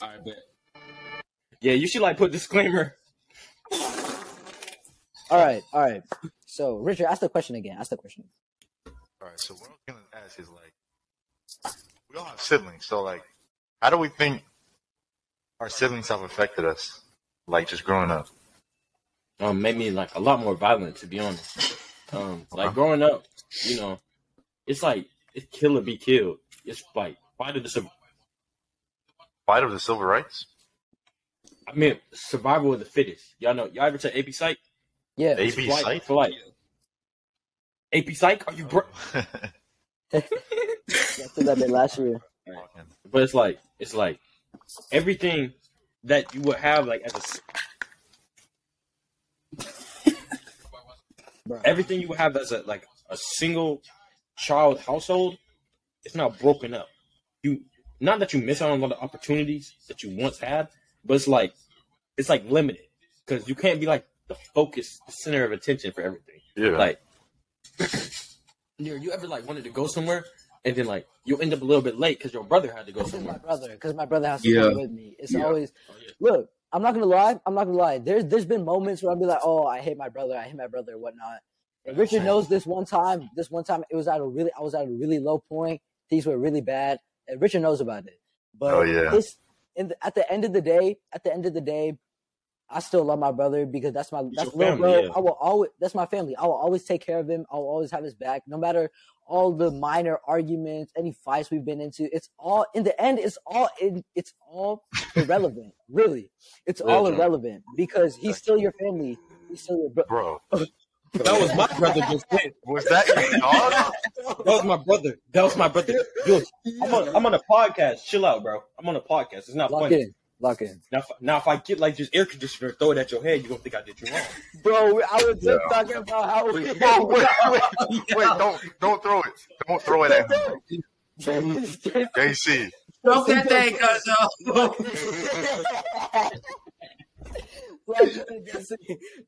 S6: All right, bet.
S4: yeah, you should like put disclaimer.
S1: All right, all right. So, Richard, ask the question again. Ask the question.
S3: All right, so what I'm gonna ask is like, we all have siblings, so like, how do we think our siblings have affected us, like just growing up?
S4: um, made me like a lot more violent to be honest. Um, like growing up, you know, it's like it's kill or be killed. It's like why did the sur-
S3: Fight of the civil rights,
S4: I mean survival of the fittest? Y'all know y'all ever take AP Psych?
S1: Yeah.
S3: AP
S4: Flight
S3: Psych.
S4: for life. AP Psych, are you bro?
S1: That's what I did last year.
S4: But it's like it's like everything that you would have like as a s-
S1: Bruh.
S4: everything you would have as a like a single child household. It's not broken up. You not that you miss out on a lot of opportunities that you once had, but it's like it's like limited because you can't be like the focus, the center of attention for everything.
S3: yeah,
S4: Like, you you ever like wanted to go somewhere and then like you end up a little bit late because your brother had to go
S1: Because my
S4: somewhere.
S1: brother, because my brother has to
S6: Yeah.
S1: come with me. It's always look. I'm not gonna lie. I'm not gonna lie. There's there's been moments where I'll be like, oh, I hate my brother. I hate my brother, and whatnot. And Richard knows this one time. This one time, it was at a really, I was at a really low point. Things were really bad, and Richard knows about it. But
S3: Oh, yeah.
S1: this, in the, at the end of the day, at the end of the day, I still love my brother because that's my that's
S4: your
S1: little
S4: family,
S1: bro.
S4: yeah.
S1: I will always that's my family. I will always take care of him. I will always have his back, no matter all the minor arguments, any fights we've been into. It's all in the end. It's all in, it's all irrelevant. Really, it's all
S4: Really?
S1: irrelevant because he's still your family. He's still your bro.
S3: bro,
S7: That was my brother just quit.
S3: was that your dog?
S7: That was my brother.
S4: That was my brother. Yo, I'm on, I'm on a podcast. Chill out, bro. I'm on a podcast. It's not
S1: Lock
S4: funny.
S1: in, lock in,
S4: Now, if, now, if I get like this air conditioner, throw it at your head, you gonna think I did you wrong.
S1: bro. I was just talking about how we.
S3: Whoa, wait, wait, wait, don't don't throw it, don't throw it at him, JC.
S6: Drop that thing, cuz
S1: Like,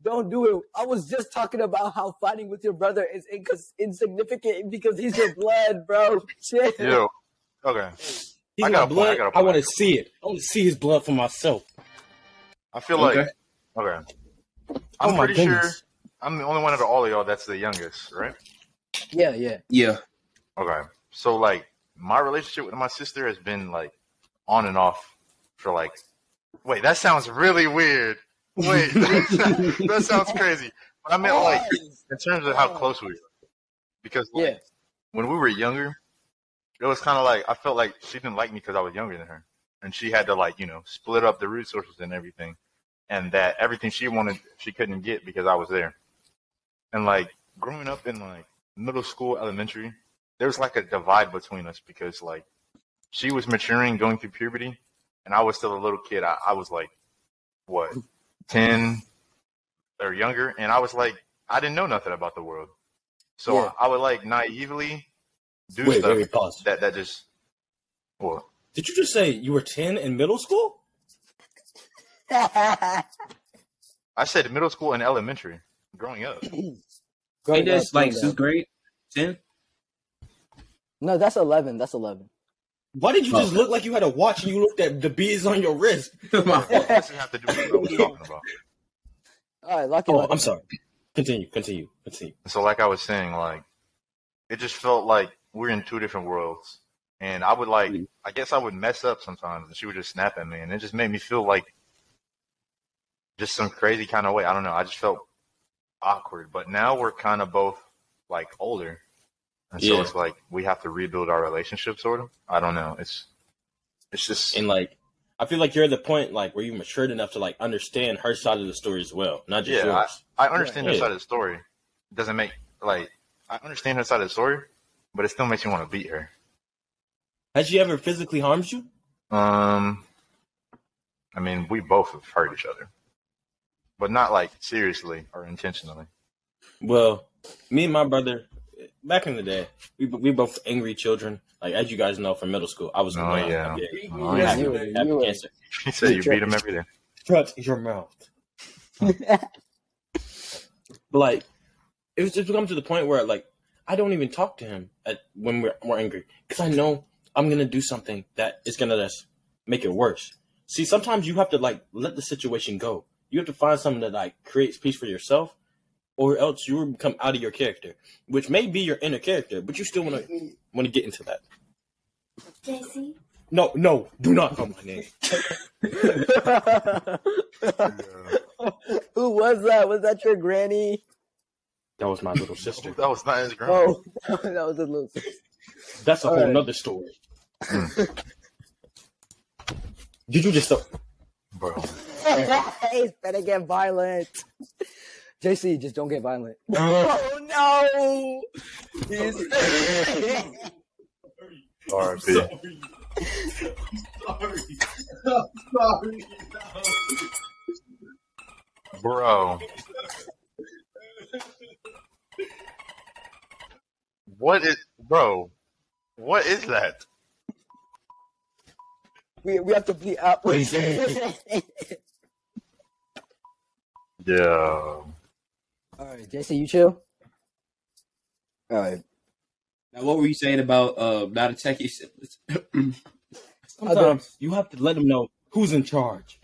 S1: Don't do it. I was just talking about how fighting with your brother is incons- insignificant because he's your blood, bro. Shit.
S3: Yo, okay.
S4: He's
S3: I
S4: I
S3: got
S4: got
S3: a point, I
S4: blood.
S3: got a
S4: I, want to
S3: point.
S4: see it. I want to see his blood for myself.
S3: I feel
S6: Okay.
S3: like okay.
S4: oh
S3: I'm
S4: my
S3: pretty sure
S4: goodness.
S3: I'm the only one out of all of y'all that's the youngest, right?
S1: Yeah, yeah.
S6: Yeah.
S3: Okay. So like my relationship with my sister has been like on and off for like wait, that sounds really weird. Wait, that sounds crazy. But I meant like in terms of how close we were. Because like,
S1: Yeah.
S3: when we were younger, it was kinda like I felt like she didn't like me because I was younger than her. And she had to like, you know, split up the resources and everything. And that everything she wanted she couldn't get because I was there. And like growing up in like middle school, elementary, there was like a divide between us because like she was maturing, going through puberty, and I was still a little kid. I, I was like, what, ten or younger, and I was like, I didn't know nothing about the world, so
S1: Yeah.
S3: I, would like naively do
S4: Wait,
S3: stuff
S4: wait, wait, pause.
S3: that that just well,
S4: Did you just say you were ten in middle school?
S3: I said middle school and elementary growing up.
S1: Growing
S6: Ain't that
S1: up,
S6: like
S1: growing
S6: sixth
S1: up.
S6: grade? Ten?
S1: No, that's eleven. That's eleven.
S4: Why did you just
S6: Oh.
S4: look like you had a watch and you looked at the beads on your wrist?
S6: My fault.
S3: this doesn't have to do with what I was talking about.
S1: All right, lock in.
S4: Oh,
S1: lock
S4: I'm
S1: in.
S4: sorry. Continue, continue, continue.
S3: So, like I was saying, like it just felt like we're in two different worlds. And I would like, I guess I would mess up sometimes, and she would just snap at me, and it just made me feel like just some crazy kind of way. I don't know. I just felt awkward. But now we're kind of both like older, and so
S4: Yeah.
S3: it's like we have to rebuild our relationship, sort of. I don't know. It's it's just
S4: And like, I feel like you're at the point like where you matured enough to like understand her side of the story as well, not just
S3: Yeah,
S4: yours.
S3: I understand her
S4: Yeah.
S3: side of the story. It doesn't make like I understand her side of the story, but it still makes me want to beat her.
S4: Has she ever physically harmed you?
S3: Um, I mean, we both have hurt each other, but not like seriously or intentionally.
S4: Well, me and my brother, back in the day, we we both angry children. Like as you guys know from middle school, I was
S3: Oh,
S4: annoying.
S3: yeah.
S4: I
S3: Oh,
S4: yeah.
S3: yeah.
S1: You
S4: Happy,
S1: were-
S4: happy
S1: you were-
S4: cancer.
S3: He said you beat him every day.
S4: Shut your mouth. But, like it was just come to the point where like I don't even talk to him at when we're, we're angry because I know I'm gonna do something that is gonna just make it worse. See, sometimes you have to like let the situation go. You have to find something that like creates peace for yourself or else you will become out of your character, which may be your inner character, but you still want to want to get into that.
S8: Jesse.
S4: No, no, do not call my name.
S1: Who was that? Was that your granny?
S4: That was my little sister.
S3: That was not his grandma.
S1: Oh, that was a little.
S4: That's a whole
S1: Alright.
S4: nother story. Hmm. Did you just?
S3: Bro,
S1: He's better get violent. JC, just don't get violent.
S5: Oh no! He's-
S3: R.I.P.
S7: Sorry.
S3: Bro. What is bro? What is that?
S1: We, we have to be out.
S3: Yeah.
S1: All right, JC, you chill. All right.
S6: Now, what were you saying about uh, not attacking siblings?
S4: Sometimes you have to let them know who's in charge.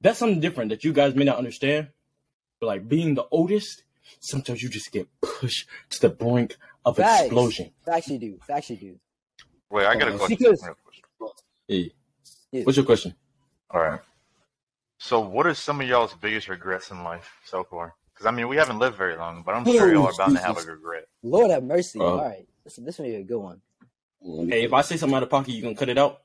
S4: That's something different that you guys may not understand. But like being the oldest, sometimes you just get pushed to the brink of
S1: Facts.
S4: explosion.
S1: Facts you do. Facts you do.
S3: Wait, I got a
S6: Uh,
S3: question.
S1: because-
S3: I got a question.
S4: Hey,
S1: Yeah.
S4: What's your question?
S3: All right. So, what are some of y'all's biggest regrets in life so far? Because I mean, we haven't lived very long, but I'm sure y'all are about to have a regret.
S1: Lord have mercy.
S4: Uh,
S1: All right. This, this may be a good one.
S4: Hey, if I say something out of pocket, you gonna cut it out?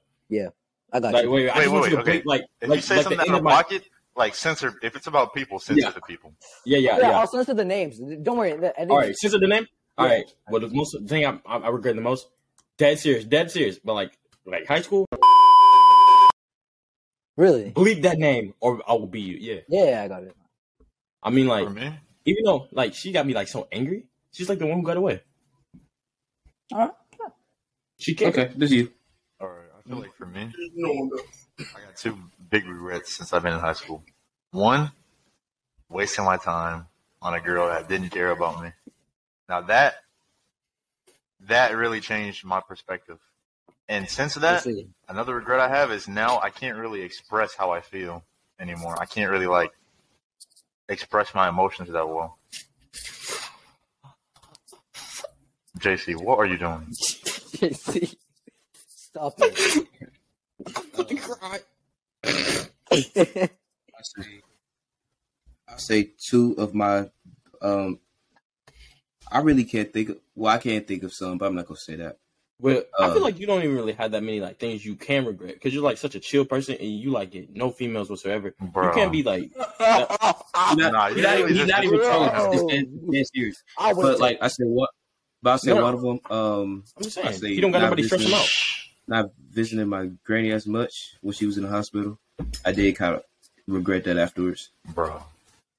S1: I got
S4: Like,
S1: you.
S4: wait, wait, I
S3: Wait,
S4: just want
S3: wait,
S4: you to
S3: okay.
S4: bleep, like,
S3: If
S4: like,
S3: you say
S4: like
S3: something
S4: the end
S3: out
S4: of
S3: of
S4: my,
S3: pocket, like censor. If it's about people, censor
S6: Yeah.
S3: the people.
S4: yeah, yeah,
S1: yeah,
S4: yeah.
S1: I'll censor the names. Don't worry. the- I think-
S4: All right, since of the name. All right, well, the most the thing I, I, I regret the most, dead serious, dead serious, but like, like high school,
S1: Really?
S4: bleep that name or I will be you. Yeah,
S1: Yeah, I got it.
S4: I mean, like,
S3: For me,
S4: even though like she got me like so angry, she's like the one who got away.
S1: Alright.
S4: She cared.
S6: Okay, this is you.
S3: all right. I feel like for me, I got two big regrets since I've been in high school. One, wasting my time on a girl that didn't care about me. Now that that really changed my perspective. And since that,
S1: JC.
S3: another regret I have is now I can't really express how I feel anymore. I can't really like express my emotions that well. JC, what are you doing?
S1: JC. Stop it.
S6: I say, I say two of my. Um, I really can't think. Of, well, I can't think of some, but I'm not gonna say that.
S4: Well, I feel
S6: Uh,
S4: like you don't even really have that many like things you can regret because you're like such a chill person and you like get no females whatsoever.
S3: Bro.
S4: You can't be like
S6: Not,
S3: Nah,
S6: you're
S3: you
S6: not,
S3: really
S6: even- you're
S3: just-
S6: not even trolling.
S1: Bro.
S6: It's dead- dead serious.
S1: I would
S6: But like I said, what? But I said
S4: No.
S6: one of them. Um,
S4: I'm just
S6: I
S4: saying
S6: say
S4: you don't got
S6: not
S4: nobody stress them out.
S6: not visiting my granny as much when she was in the hospital. I did kind of regret that afterwards.
S3: Bro.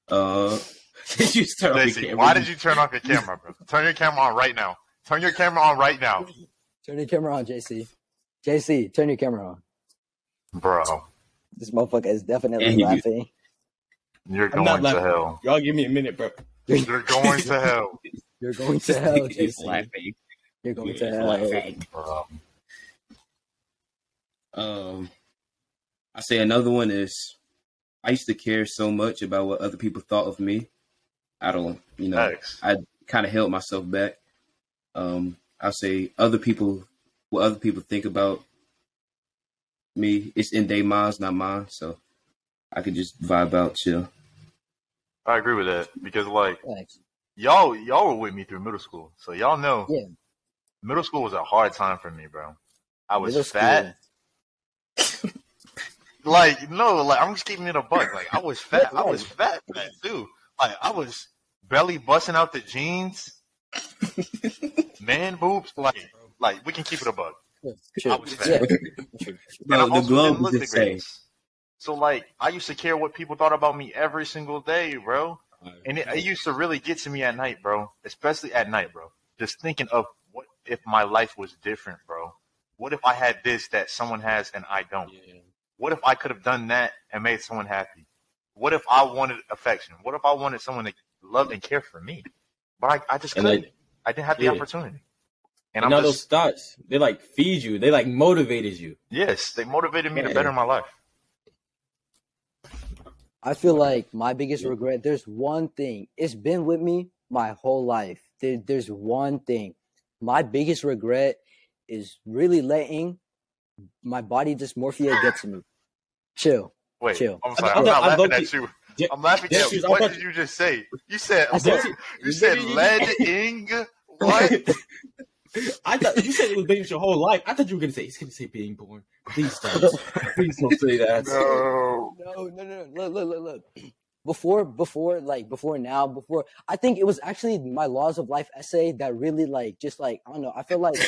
S6: Uh, did you start off the
S3: JC,
S6: camera?
S3: why did you turn off your camera, bro? Turn your camera on right now. Turn your camera on right now.
S1: turn your camera on, JC. JC, turn your camera on.
S3: Bro,
S1: This motherfucker is
S6: Yeah,
S1: definitely
S6: he do.
S1: laughing.
S3: you're
S4: I'm not
S3: going to
S4: laughing.
S3: hell.
S4: Y'all give me a minute, bro.
S3: You're going to hell.
S1: You're going to
S6: This
S1: hell,
S6: nigga is
S1: JC.
S6: laughing.
S1: You're going to
S6: He's
S1: hell.
S6: laughing.
S3: Bro.
S6: Um, I say another one is I used to care so much about what other people thought of me. I don't, you know,
S3: X.
S6: I kind of held myself back. Um, I'll say other people, what other people think about me, it's in their minds, not mine. So I could just vibe out, chill.
S3: I agree with that because, like,
S1: Thanks.
S3: y'all y'all were with me through middle school, so y'all know.
S1: Yeah.
S3: Middle school was a hard time for me, bro. I was
S1: Middle school.
S3: fat. like no, like I'm just keeping it a buck. Like I was fat. I was fat, fat too. Like I was belly busting out the jeans, man boobs. Like like we can keep it a buck.
S1: Yeah,
S3: I
S1: sure.
S3: was fat.
S1: Yeah,
S3: And I
S6: Bro, the
S3: also
S6: glove
S3: didn't
S6: was
S3: look the
S6: insane.
S3: greatest. So like I used to care what people thought about me every single day, bro. And it, it used to really get to me at night, bro. Especially at night, bro. Just thinking of what if my life was different, bro. What if I had this that someone has and I don't? What if I could have done that and made someone happy? What if I wanted affection? What if I wanted someone to love and care for me? But I, I just
S4: And
S3: couldn't.
S4: like,
S3: I didn't have the
S4: yeah.
S3: opportunity. And,
S4: and now
S3: I'm
S4: those
S3: just
S4: thoughts, they like feed you. They like motivated you.
S3: yes, they motivated me to
S4: Yeah.
S3: better my life.
S1: I feel like my biggest regret, there's one thing. It's been with me my whole life. There, there's one thing. My biggest regret is really letting my body dysmorphia get to me. Chill.
S3: Wait,
S1: Chill.
S3: I'm sorry.
S7: I'm
S3: I'm
S7: not-
S3: not
S7: I'm
S3: laughing
S7: low-key-
S3: at you.
S7: Yeah,
S3: I'm laughing
S7: yeah,
S3: at
S7: she's-
S3: you.
S7: I'm
S3: What
S7: about
S3: did you just say? You said
S1: I said-
S3: what? You said leading. What?
S7: I thought you said it was based your whole life. I thought you were gonna say he's gonna say being born. Please don't. Please don't say that.
S3: No.
S1: No, no, no, no. Look, look, look, look. Before, before, like before now, before. I think it was actually my laws of life essay that really, like, just like I don't know. I feel like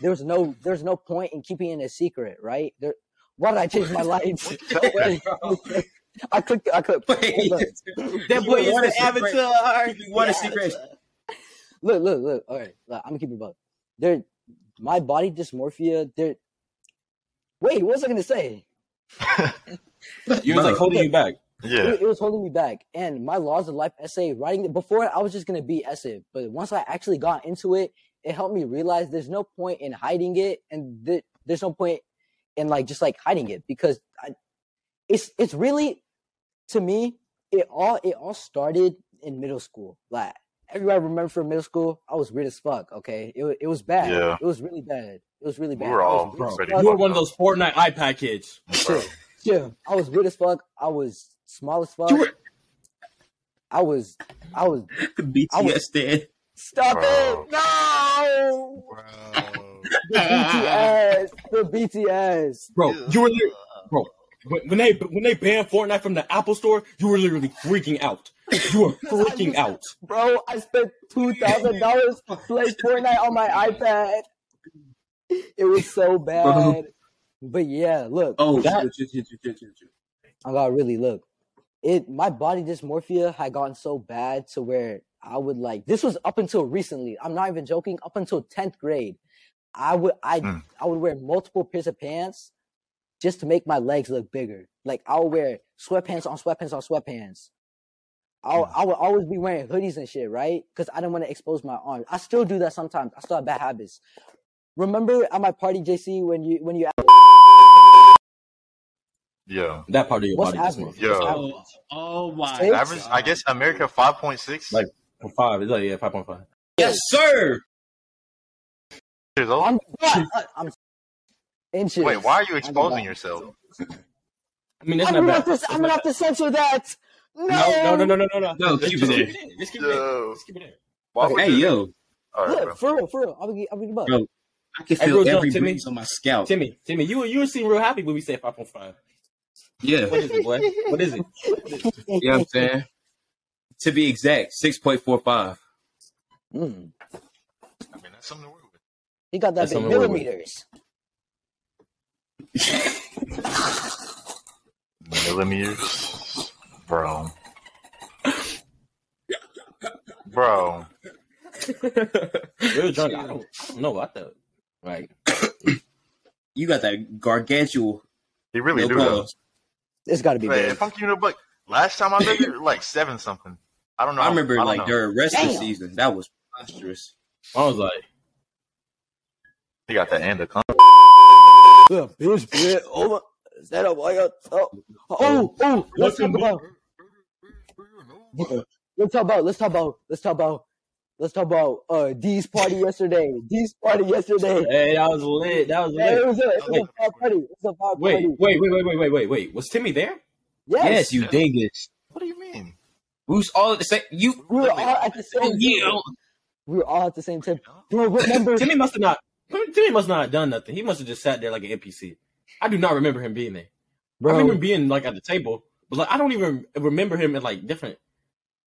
S1: there was no, there's no point in keeping it a secret, right? There, why did I change my lights? I clicked. I clicked.
S6: Wait.
S1: Look,
S7: That boy is
S6: What a
S7: the
S6: secret.
S7: avatar.
S6: What a secret.
S1: look, look, look. All right, look, I'm gonna keep it above. There, my body dysmorphia. There. Wait, what was I gonna say?
S4: You was like
S6: Bro.
S4: holding you back.
S3: Yeah.
S1: It, it was holding me back. And my laws of life essay, writing it before I was just gonna be essay, but once I actually got into it, it helped me realize there's no point in hiding it, and th- there's no point in like just like hiding it because I, it's it's really to me it all it all started in middle school. Like everybody remember from middle school, I was weird as fuck. Okay, it wa- it was bad.
S3: Yeah.
S1: It was really bad. It was really
S3: We
S1: bad.
S3: were
S1: I was
S3: all
S1: weird as
S3: pretty
S1: fuck.
S7: You were one of those Fortnite iPad kids.
S3: Bro.
S1: Yeah, I was weird as fuck. I was small as fuck.
S6: You were-
S1: I was, I was.
S6: The BTS did.
S1: Stop
S3: Bro.
S1: it! No,
S3: Bro.
S1: the BTS, the BTS.
S7: Bro, you were literally, bro. When when they when they banned Fortnite from the Apple Store, you were literally freaking out. You were freaking out.
S1: Bro, I spent two thousand dollars to play Fortnite on my iPad. It was so bad. But yeah, look,
S6: Oh,
S7: That-
S6: shit, shit, shit, shit, shit, shit.
S1: I got really look. It my body dysmorphia had gotten so bad to where I would like this was up until recently. I'm not even joking. Up until tenth grade, I would I
S4: Hmm.
S3: Mm.
S1: I would wear multiple pairs of pants just to make my legs look bigger. Like I would wear sweatpants on sweatpants on sweatpants. I
S4: Hmm.
S1: would- I would always be wearing hoodies and shit, right? Because I didn't want to expose my arms. I still do that sometimes. I still have bad habits. Remember at my party, JC, when you when you
S3: Yeah.
S4: That part of your
S1: what's
S4: body
S1: average?
S4: dysmorphia.
S1: What's
S3: Yo.
S1: average?
S9: Oh my.
S1: Six?
S3: Average, I guess America 5.6
S4: Like- Five, it's like yeah, five point five.
S6: Yes, sir.
S3: years old.
S1: uh, I'm, I, am inches.
S3: Wait, why are you
S1: I'm
S3: exposing
S1: about-
S3: yourself?
S4: I mean, that's
S1: I'm gonna,
S4: not
S1: have
S4: bad.
S1: to, I'm gonna have to censor that. No,
S7: No, no, no, no, no, no.
S6: No, keep
S7: Just keep it
S6: it
S7: in. Just keep it in.
S3: Yo.
S7: Just keep it in.
S3: Why
S6: in.
S3: would
S6: Hey,
S3: you-
S6: yo,
S3: All right, bro.
S1: Look, for real, for real. I'm gonna, I'm gonna
S6: Bro, I can
S4: Hey,
S6: feel
S4: real talk,
S6: every
S4: Timmy.
S6: breeze on my scalp.
S4: Timmy, Timmy, you you seem real happy when we say five point five.
S6: Yeah,
S4: What is it, boy? What is it?
S6: you know what I'm saying. To be exact, six point four five.
S1: Mm,
S3: I mean, that's something to work with.
S1: he got that
S4: That's
S1: big
S4: something we're with.
S1: millimeters.
S3: millimeters, bro. Bro,
S4: Real drunk. I don't, I don't know. I thought like
S6: You got that gargantual
S3: he really
S6: no
S3: do though.
S6: pause.
S1: It's gotta be
S3: Man,
S1: big.
S3: funky you know, but last time I bet it was like seven something. I don't know.
S6: I remember
S3: don't
S6: like
S3: know.
S6: during wrestling
S1: Damn.
S6: season, that was monstrous.
S4: I was like,
S3: he got that and the con.
S1: Look, bitch, bitch. Oh my, is that a wire? Oh, oh, oh, let's talk about. Let's talk about. Let's talk about. Let's talk about. Let's talk about uh D's party yesterday. D's party yesterday.
S4: hey, that was lit. That was
S1: Man, it
S4: lit.
S1: was a, it was
S4: Wait.
S1: a fire party. It was a fire
S4: Wait,
S1: party.
S4: wait, wait, wait, wait, wait, wait, wait. Was Timmy there?
S1: Yes,
S6: you dingus.
S3: What do you mean?
S6: Who's all at the same? You,
S1: we were all at the same.
S6: you.
S1: We were all at the same time. Bro, remember?
S4: Timmy must have not. Timmy must not have done nothing. He must have just sat there like an NPC. I do not remember him being there. I remember him being like at the table, but like I don't even remember him at like different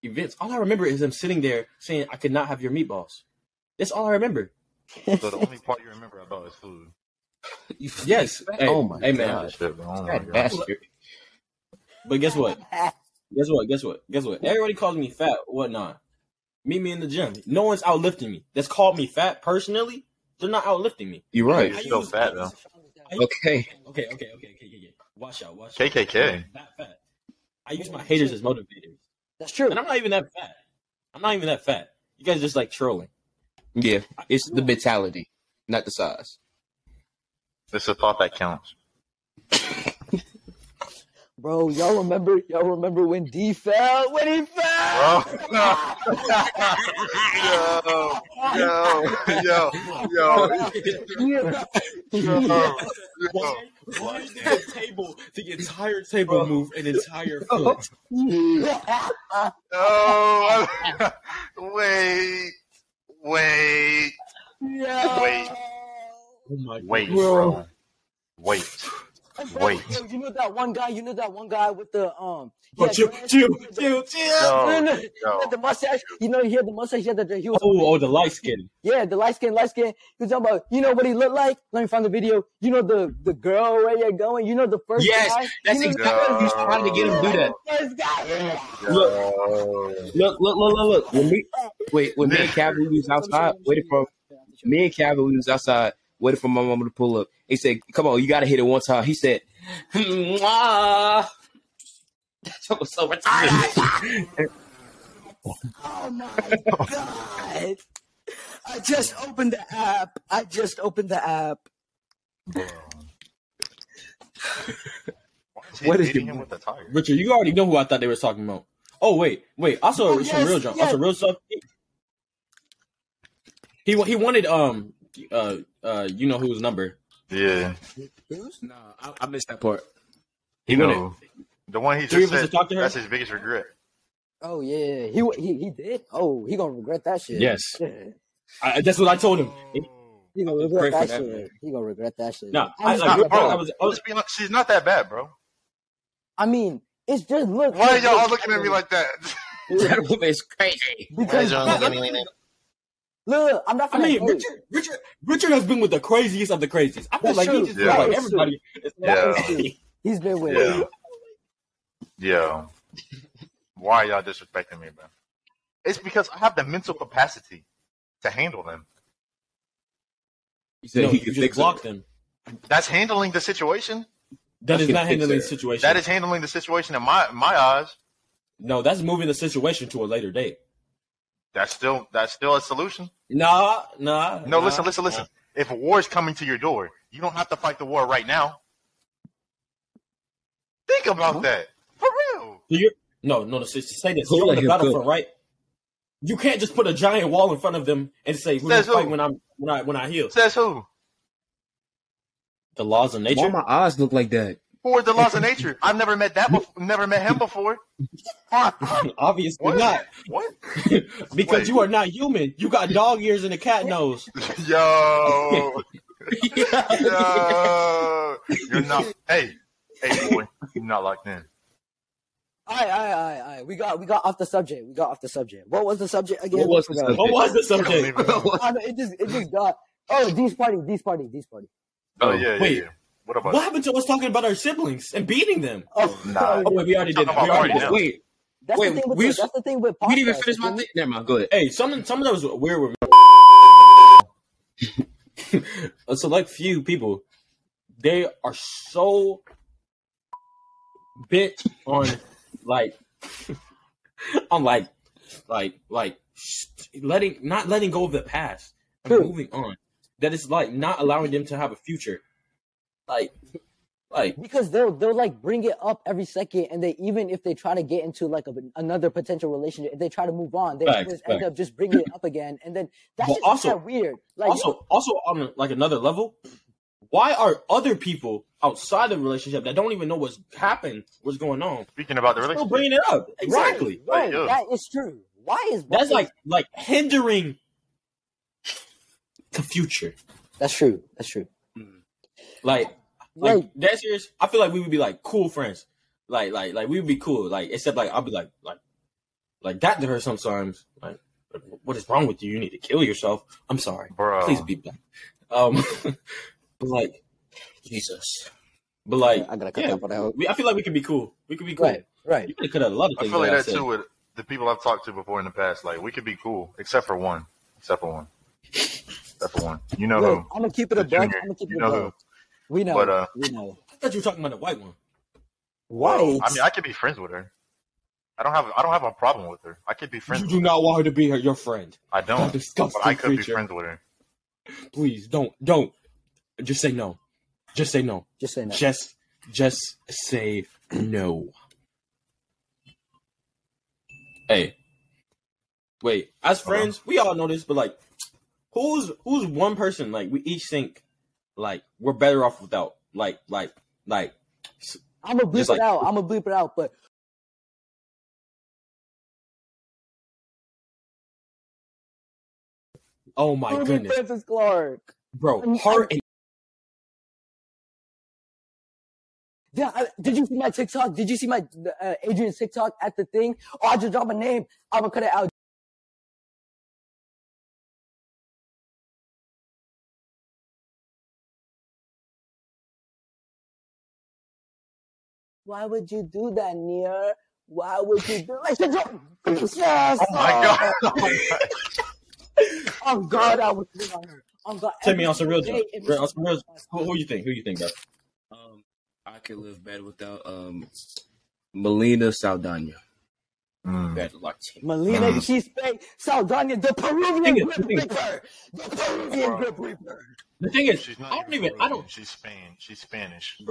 S4: events. All I remember is him sitting there saying, "I could not have your meatballs." That's all I remember.
S3: So the only part you remember about is food.
S4: Yes. Hey,
S6: oh my
S4: hey, man.
S6: God.
S3: Shit, bro. Oh my
S6: That
S3: god.
S6: bastard.
S4: But guess what? Guess what? Guess what? Guess what? Everybody calls me fat, whatnot. Meet me in the gym. No one's outlifting me. That's called me fat personally. They're not outlifting me.
S6: You're right.
S3: You're still fat though.
S6: Okay.
S4: Okay, okay, okay, okay, okay, okay. Watch out, watch out.
S3: KKK.
S4: I'm not fat. I use my haters as motivators.
S1: That's true.
S4: And I'm not even that fat. I'm not even that fat. You guys just like trolling.
S6: Yeah, it's the mentality, not the size.
S3: It's a thought that counts.
S1: Bro, y'all remember? Y'all remember when D fell? When he fell?
S3: Bro. yo, yo, yo, yo, yo. Oh,
S4: Why, why did the table, the entire table move an entire foot?
S3: Oh, I- wait, wait, wait,
S4: Oh my
S3: wait, bro. Wait, wait.
S1: Yo, you know that one guy? You know that one guy with the um? he
S4: Bro,
S1: had
S4: chill,
S1: dreads?
S4: chill, chill, chill.
S1: No, no,
S3: Yo,
S1: no. He had the mustache. You know, he had the mustache. He had the he was
S4: Oh, oh, the light skin.
S1: yeah, the light skin, light skin. He was talking about. You know what he looked like? Let me find the video. You know the the girl where you're going. You know the first
S6: Yes,
S1: guy.
S6: That's
S1: You know-
S6: exactly who's trying to get him to do that.
S1: First guy.
S3: yo.
S6: Look, look, look, look, look. When me, wait, when me and Calvin we was outside waiting for me and Calvin we was outside waiting for my mama to pull up. He said, "Come on, you got to hit it one time." He said, "Mwah." That was so retarded.
S10: Oh my god! I just opened the app. I just opened the app.
S6: What
S3: What
S6: is
S3: is hitting
S6: it?
S3: him with the tire?
S4: Richard, you already know who I thought they were talking about. Oh wait, wait. I saw
S10: Oh,
S4: some
S10: yes,
S4: real jump. I
S10: yes.
S4: saw real stuff. He wa- he wanted um uh uh you know whose number.
S3: Yeah,
S6: Nah, I, I missed that part.
S4: He
S3: No.
S4: wanted
S3: The one he
S4: Three
S3: just
S4: of us
S3: said.
S4: to talk to her?
S3: That's his biggest regret.
S1: Oh yeah, he he he did. Oh, he gonna regret that shit.
S4: yes.
S1: Yeah.
S4: I, that's what I told him.
S1: He gonna
S4: Pray
S1: regret
S4: for
S1: that,
S4: that,
S1: shit.
S4: man.
S1: He gonna regret that shit.
S4: No,
S1: I,
S4: I,
S1: just
S4: like,
S1: think
S4: bro,
S1: about-
S4: I was I was
S3: Let's be honest, she's not that bad, bro.
S1: I mean, it's just look.
S3: Why are y'all all looking at me like that?
S6: That woman is crazy.
S1: Because look, I'm not.
S4: I
S1: Gonna
S4: mean, Richard, Richard, Richard has been with the craziest of the craziest. I feel
S1: That's
S4: like he
S1: true.
S4: just
S3: Yeah.
S4: like everybody.
S3: Yeah.
S1: he's been with.
S3: Yeah. Yo, why are y'all disrespecting me, bro? It's because I have the mental capacity to handle them.
S6: He said
S4: No,
S6: he
S4: you
S6: could
S4: just
S6: fix
S4: block
S6: it.
S4: them.
S3: That's handling the situation.
S4: That
S6: I
S4: is
S6: can
S4: not
S6: fix
S4: handling the
S6: it.
S4: situation.
S3: That is handling the situation in my my eyes.
S4: no, that's moving the situation to a later date.
S3: That's still that's still a solution.
S4: Nah, nah.
S3: No,
S4: nah,
S3: listen, listen,
S4: nah.
S3: listen. If war is coming to your door, you don't have to fight the war right now. Think about that. For real.
S4: Do you? No, no. no, Say say this.
S6: Who
S4: You're on
S6: let
S4: the
S6: him
S4: battlefront,
S6: cook?
S4: right? You can't just put a giant wall in front of them and say, "We're gonna
S3: Says who?
S4: fight when I'm when I when I heal."
S3: Says who?
S4: The laws of
S6: Why
S4: nature.
S6: my eyes look like that?
S3: Who are the laws of nature? I've never met that. Before, never met him before.
S4: Obviously
S3: What?
S4: not,
S3: What?
S4: because
S3: Wait.
S4: you are not human. You got dog ears and a cat nose.
S3: Yo. Yo. You're not. Hey. Hey, boy. You're not locked in.
S1: All right, all right, all right, all right. We got we got off the subject. We got off the subject. What was the subject again?
S6: What was the
S1: I forgot.
S4: What
S6: subject?
S4: was the
S3: I don't
S4: subject?
S3: even know.
S1: Oh, no, it just it just got. Oh, these party, these party, these party.
S3: Oh, yeah, yeah,
S4: Wait.
S3: yeah. What about
S4: What happened to us talking about our siblings and beating them?
S1: Oh,
S3: Nah.
S4: Oh
S1: oh,
S4: wait, we already did that. We
S3: Talking about
S4: already
S3: party
S4: did
S3: now.
S4: that.
S6: Wait,
S1: that's
S6: Wait,
S1: the thing with
S6: we
S1: the,
S6: was-
S1: that's the thing with podcasts.
S6: we didn't even finish my
S1: okay?
S6: thing. Never mind. Go ahead.
S4: Hey, some some of those were weird. were- a select few people, they are so bent on like on like like like letting not letting go of the past and
S1: Dude.
S4: moving on. That is like not allowing them to have a future. Like like
S1: because they'll they'll like bring it up every second, and they even if they try to get into like a, another potential relationship, if they try to move on, they
S4: Facts,
S1: just end
S4: facts.
S1: up just bringing it up again, and then that's
S4: But
S1: just
S4: also-
S1: kinda weird. Like,
S4: also also on like another level why are other people outside the relationship that don't even know what's happened what's going on
S3: Speaking about the
S4: still
S3: relationship.
S4: bringing it up exactly
S1: right,
S3: Like, yo.
S1: that is true. Why is
S4: that's like like hindering the future
S1: that's true. That's true.
S4: like like
S1: Like-
S4: that's serious i feel like we would be like cool friends like like like we would be cool like except like i'll be like like like that to her sometimes like what is wrong with you you need to kill yourself i'm sorry
S3: Bro.
S4: please be black um but like jesus but like
S1: I gotta cut
S4: yeah,
S1: that part out.
S4: we, i feel like we could be cool we could be cool
S1: Right, right.
S4: you could have cut out a lot of
S3: I
S4: things
S3: feel like
S4: that I
S3: that
S4: said.
S3: too with the people I've talked to before in the past. Like, we could be cool, except for one. Except for one. Except for one. You know
S1: Look,
S3: who.
S1: I'm gonna keep it
S3: The
S1: a buck. I'm
S3: junior.
S1: gonna keep
S3: You
S1: it a
S3: know
S1: buck. We know.
S3: But, uh,
S1: we know.
S4: i thought you were talking about the white one
S1: Why?
S3: Well, I mean, I could be friends with her. I don't have I don't have a problem with her. I could be friends.
S4: you
S3: With
S4: do
S3: her.
S4: not want her to be her, your friend
S3: I don't. But
S4: disgusting
S3: I could be
S4: creature.
S3: friends with her.
S4: please don't don't just say no just say no
S1: just say no.
S4: just just say No. Hey. Wait, as friends, we all know this, but like who's who's one person like we each think like we're better off without like like like
S1: I'm gonna bleep
S4: Just like-
S1: it out. I'm gonna bleep it out. But
S4: oh my
S1: Ruby
S4: goodness.
S1: Francis Clark.
S4: Bro,
S1: I'm-
S4: heart and
S1: Yeah, I, did you see my TikTok? Did you see my uh, Adrian's TikTok at the thing? Oh, I just dropped my name. I'm gonna cut it out. Why would you do that, Nia? Why would you do like shut up? Yes!
S3: Oh my god!
S1: Oh God, I was on her. Oh God,
S4: Take me on some real
S1: every
S4: jokes.
S1: day, every
S4: Real- on some real-
S1: single
S4: Who,
S1: day.
S4: who you think? Who you think, bro?
S6: Um, I could live better without um, Melina Saldana.
S3: Mm.
S6: Bad luck to you.
S1: Melina
S3: Mm.
S1: Chispe Saldana, the Peruvian
S4: Thing is-
S1: grip
S4: thing is-
S1: reaper, the Peruvian grip reaper.
S4: The thing is,
S3: She's not
S4: I don't even. I
S3: Peruvian,
S4: don't.
S3: She's Spanish. She's Spanish.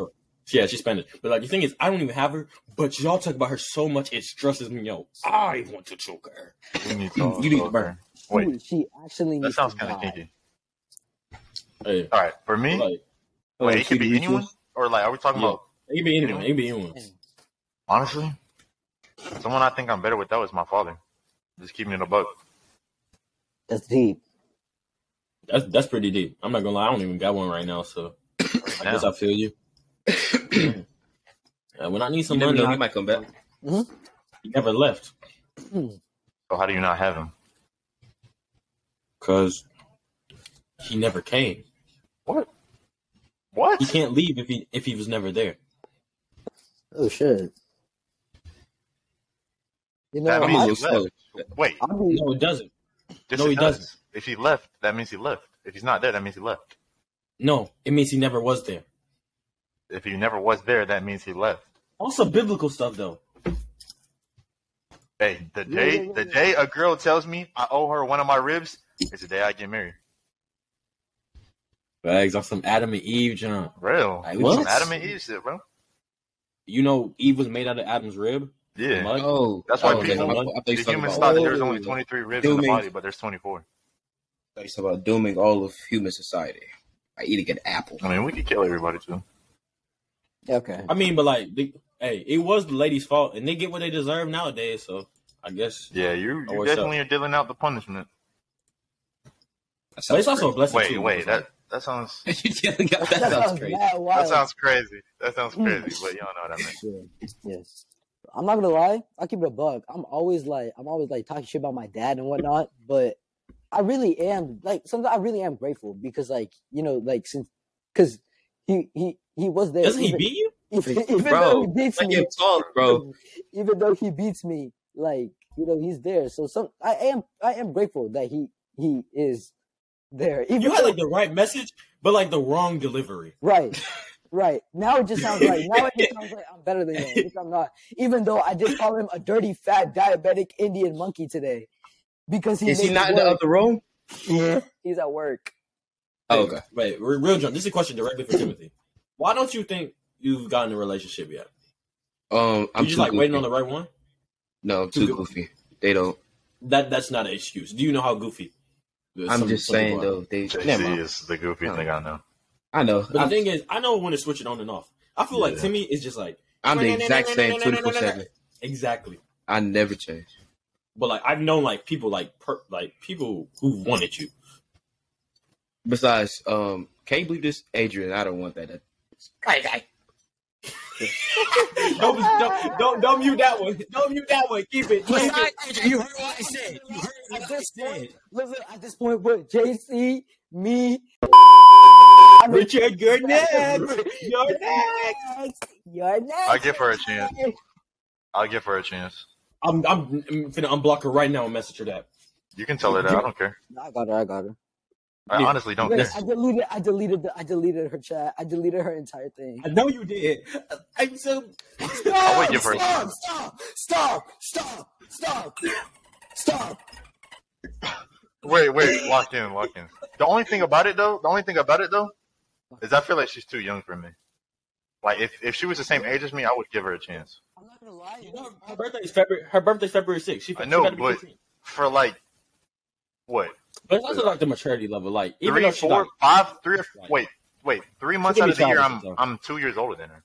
S4: Yeah, she's Spanish. But like the thing is, I don't even have her. But y'all talk about her so much, it stresses me out. I want to choke her.
S3: We need to.
S6: You need to burn.
S3: Wait.
S1: Dude, she actually
S3: That
S1: needs
S3: sounds
S1: to
S3: kind of
S1: die.
S3: kinky.
S4: Hey,
S3: All right, for me,
S4: like
S6: Oh,
S3: wait, it could be anyone, or like, are we talking
S4: Yeah.
S3: about
S4: it can be anyone. It can be anyone.
S3: honestly? Someone I think I'm better with that was my father. Just keeping it a buck.
S1: That's deep.
S4: That's that's pretty deep. I'm not gonna lie. I don't even got one right now, so
S3: Right
S4: I guess
S3: now.
S4: I feel you. Uh, when I need
S6: You
S4: some
S6: never
S4: money,
S6: know. He might come back.
S4: he never left.
S3: So how do you not have him?
S4: Cause he never came.
S3: What?
S4: He can't leave if he if he was never there.
S1: Oh shit. You know,
S3: That
S6: I'm a
S3: means
S6: little
S3: he
S6: slow.
S3: left. Wait,
S1: I'll be,
S4: No, it doesn't.
S3: yes,
S4: No,
S3: it
S4: he doesn't.
S3: does. If he left, that means he left. If he's not there, that means he left.
S4: No, it means he never was there.
S3: If he never was there, that means he left.
S4: Also, biblical stuff though.
S3: Hey,
S1: Yeah,
S3: the day
S1: yeah, yeah,
S3: the
S1: yeah.
S3: day a girl tells me I owe her one of my ribs is the day I get married.
S4: Bags on some Adam and Eve, John.
S3: Real.
S6: Like,
S3: What?
S6: what?
S3: Adam and Eve shit, bro.
S4: You know, Eve was made out of Adam's rib.
S3: Yeah.
S4: Mud?
S6: Oh,
S3: That's why
S6: oh, okay.
S3: people-
S6: I thought- I thought
S3: The
S6: you was talking
S3: humans
S6: about-
S3: thought that there was
S6: oh,
S3: only 23 ribs in the
S6: Dooming.
S3: body, but there's 24.
S6: I thought you was talking about dooming all of human society by eating an apple.
S3: I mean, we could kill everybody too.
S1: okay.
S4: I mean, but like, the, hey, it was the lady's fault, and they get what they deserve nowadays. So I guess,
S3: Yeah, you you
S4: Oh, what's up?
S3: definitely are dealing out the punishment.
S6: That
S4: but
S6: sounds
S4: it's also a blessing.
S3: Wait,
S4: too,
S3: wait,
S4: because,
S3: that that sounds
S6: crazy. you telling God that sounds crazy.
S1: mad wild.
S3: that sounds crazy. That sounds
S4: Mm.
S3: crazy, but y'all know what I mean.
S1: Yeah, Yes. I'm not gonna lie. I'll keep it a buck. I'm always like, I'm always like talking shit about my dad and whatnot, but I really am like, sometimes I really am grateful because, like, you know, like since, because he he he was there.
S4: like, doesn't he
S1: even-
S4: beat you?
S1: Even, even though
S6: Bro,
S1: he beats
S6: Like
S1: me,
S6: your tongue, bro.
S1: even though he beats me, like you know, he's there. So some, I am, I am grateful that he he is there. Even
S4: You had
S1: though-
S4: like the right message, but like the wrong delivery.
S1: right, right. Now it just sounds like now it just sounds like I'm better than him, which I'm not. Even though I did call him a dirty, fat, diabetic Indian monkey today because he
S6: Is he
S1: made
S6: not
S1: me
S6: in the
S1: work.
S6: other room?
S1: He's at work.
S6: Oh, okay.
S4: Wait, re- real John. This is a question directly for Timothy. Why don't you think you've gotten a relationship yet?
S6: Um,
S4: You're
S6: I'm
S4: just
S6: too
S4: like
S6: goofy.
S4: waiting on the right one.
S6: No, I'm
S4: Too
S6: too
S4: goofy.
S6: goofy. They don't.
S4: That that's not an excuse. Do you know how goofy?
S6: I'm
S4: some-
S6: just
S4: some people
S6: saying
S4: are?
S6: though. They never.
S3: JC
S6: Mind.
S3: is the goofy
S6: Never
S3: thing I know.
S6: I know.
S4: But
S6: I'm,
S4: the thing is, I know when to switch it on and off. I feel like
S3: Yeah.
S4: Timmy is just like
S6: I'm the exact same 24 seven.
S4: exactly.
S6: I never change.
S4: But like I've known like people like per, like people who wanted you.
S6: Besides, um, can you believe this, Adrian? I don't want that.
S4: don't, don't, don't don't mute that one. Don't mute that one. Keep it. Keep it.
S11: you heard what I said. You heard what
S1: At
S11: I
S1: this
S11: said.
S1: point, listen. At this point, with JC, me, I mean,
S4: Richard, you're next. You're next.
S1: next. You're next.
S3: I'll give her a chance. I'll give her a chance.
S4: I'm I'm, I'm finna unblock her right now and message her that.
S3: You can tell her that. I don't care.
S1: I got her. I got her.
S3: I
S4: Yeah.
S3: honestly don't care.
S1: Yes, I deleted. I deleted. The, I deleted her chat. I deleted her entire thing.
S4: I know you did. I'm so
S3: I
S11: Stop!
S3: would give her a
S11: Stop! Stop! Stop! Stop! Stop! Stop!
S3: Wait, wait, lock in, lock in. The only thing about it though, the only thing about it though, is I feel like she's too young for me. Like if, if she was the same age as me, I would give her a chance.
S1: I'm not gonna lie.
S4: You know, her- her birthday's February. Her birthday's February 6th. She,
S3: I know,
S4: she gotta be
S3: but-
S4: 15.
S3: For like what
S4: but it's also like the maturity level. Like even
S3: three,
S4: though she
S3: four,
S4: like,
S3: five, three or
S4: Right.
S3: wait, wait, three months
S4: can
S3: out
S4: be
S3: of the year, I'm
S4: childish, though.
S3: I'm two years older than her.